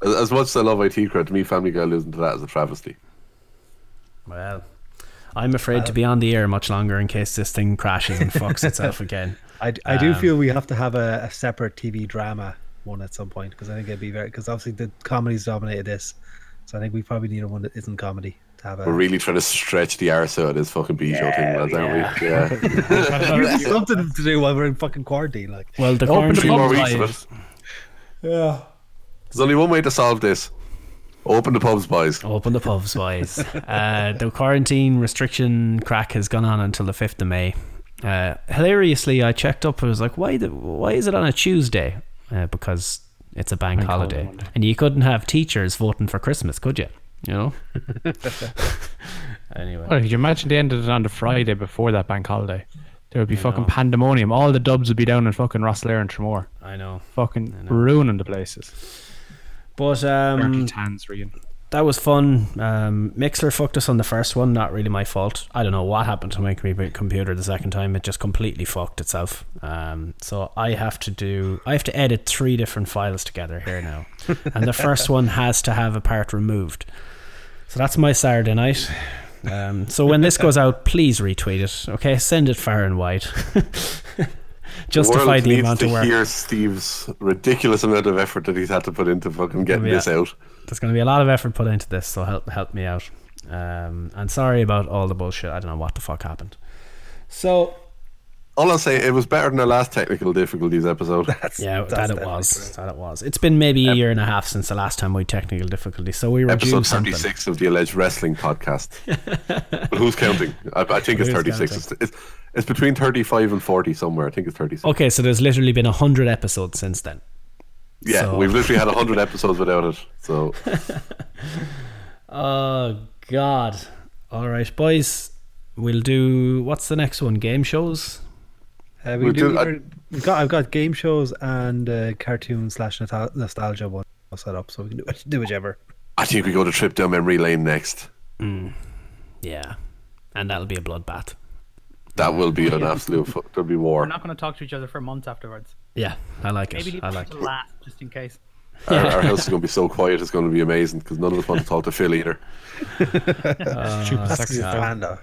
as- as much as I love IT Crowd. To me, Family Guy losing to that is a travesty. Well. I'm afraid to be on the air much longer in case this thing crashes and fucks itself [LAUGHS] again. I, d- I do feel Um, we have to have a, a separate TV drama one at some point because I think it'd be very because obviously the comedy's dominated this, so I think we probably need a one that isn't comedy to have We're a. really trying to stretch the arse out of this fucking Bijou thing, lads, aren't [LAUGHS] we? Yeah. There's [LAUGHS] something to do while we're in fucking quarantine, like. Well, the Open quarantine the pub boys. There's only one way to solve this. Open the pubs, boys. Open the pubs, boys. uh, the quarantine restriction crack has gone on until the 5th of May. Uh, hilariously, I checked up. I was like, why, the, why is it on a Tuesday? Uh, because it's a bank, holiday. And you couldn't have teachers voting for Christmas, could you? You know? anyway. Well, could you imagine they ended it on the Friday before that bank holiday? There would be fucking pandemonium. All the dubs would be down in fucking Rosslare and Tremor. I know. Fucking ruining the places. But um, Dirty tans, Regan. that was fun. Um, Mixler fucked us on the first one. Not really my fault. I don't know what happened to my com- computer the second time. It just completely fucked itself. Um, so I have to do. I have to edit three different files together here now, and the first one has to have a part removed. So that's my Saturday night. Um, so when this goes out, please retweet it. Okay, send it far and wide. [LAUGHS] world Justify the needs amount to of work. hear Steve's ridiculous amount of effort that he's had to put into fucking getting Yeah. this out. there's going to be a lot of effort put into this, so help help me out. Um, and sorry about all the bullshit. I don't know what the fuck happened. So All I'll say, it was better than the last technical difficulties [LAUGHS] episode. yeah, that that's it was. That it was. It's been maybe a year and a half since the last time we had technical difficulties, so we were due episode something. 36 of the alleged wrestling [LAUGHS] podcast. but who's counting? I, I think it's Who's 36. It's, it's, it's between 35 and 40 somewhere. I think it's 36. Okay, so there's literally been hundred episodes since then. yeah, so- we've literally had 100 episodes without it. So Oh God! All right, boys. We'll do what's the next one? Game shows. Uh, we We'll do. do- I- either- we've got. I've got game shows and uh, cartoon slash nostal- nostalgia one set up, so we can do, which- do whichever. I think we go to trip down memory lane next. Yeah, and that'll be a bloodbath. That will be an absolute. Fu- there'll be war. We're not going to talk to each other for months afterwards. Yeah, I like Maybe it. leave I it like to it. last, just in case. Our, our house is going to be so quiet. It's going to be amazing because none of us want to talk to Phil either. Stupid That's sexist. a fan, though.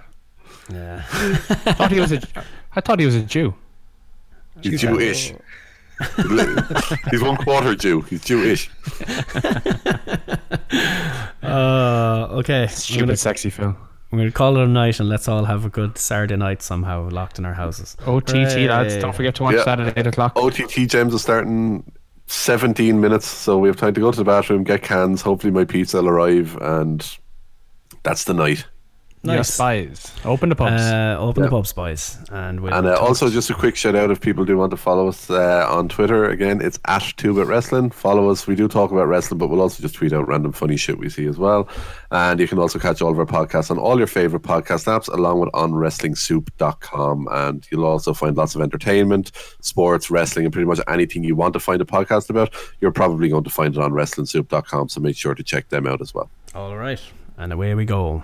Yeah. I thought he was a. [LAUGHS] I thought he was a Jew. He's Jewish. [LAUGHS] He's one quarter Jew. He's Jewish. Uh, okay. I'm gonna- Stupid sexy Phil. We're gonna call it a night and let's all have a good Saturday night somehow, locked in our houses. OTT lads, don't forget to watch Yeah. that at eight o'clock. OTT gems are starting 17 minutes, so we have time to go to the bathroom, get cans. Hopefully, my pizza will arrive, and that's the night. Your Oh, Nice. spies. Open the pubs. Uh, open Yeah. the pubs, boys. And, we'll And uh, talk- also, just a quick shout out if people do want to follow us uh, on Twitter. Again, it's at Two Bit Wrestling. Follow us. We do talk about wrestling, but we'll also just tweet out random funny shit we see as well. And you can also catch all of our podcasts on all your favorite podcast apps, along with on WrestlingSoup.com. And you'll also find lots of entertainment, sports, wrestling, and pretty much anything you want to find a podcast about. You're probably going to find it on WrestlingSoup.com. So make sure to check them out as well. All right. And away we go.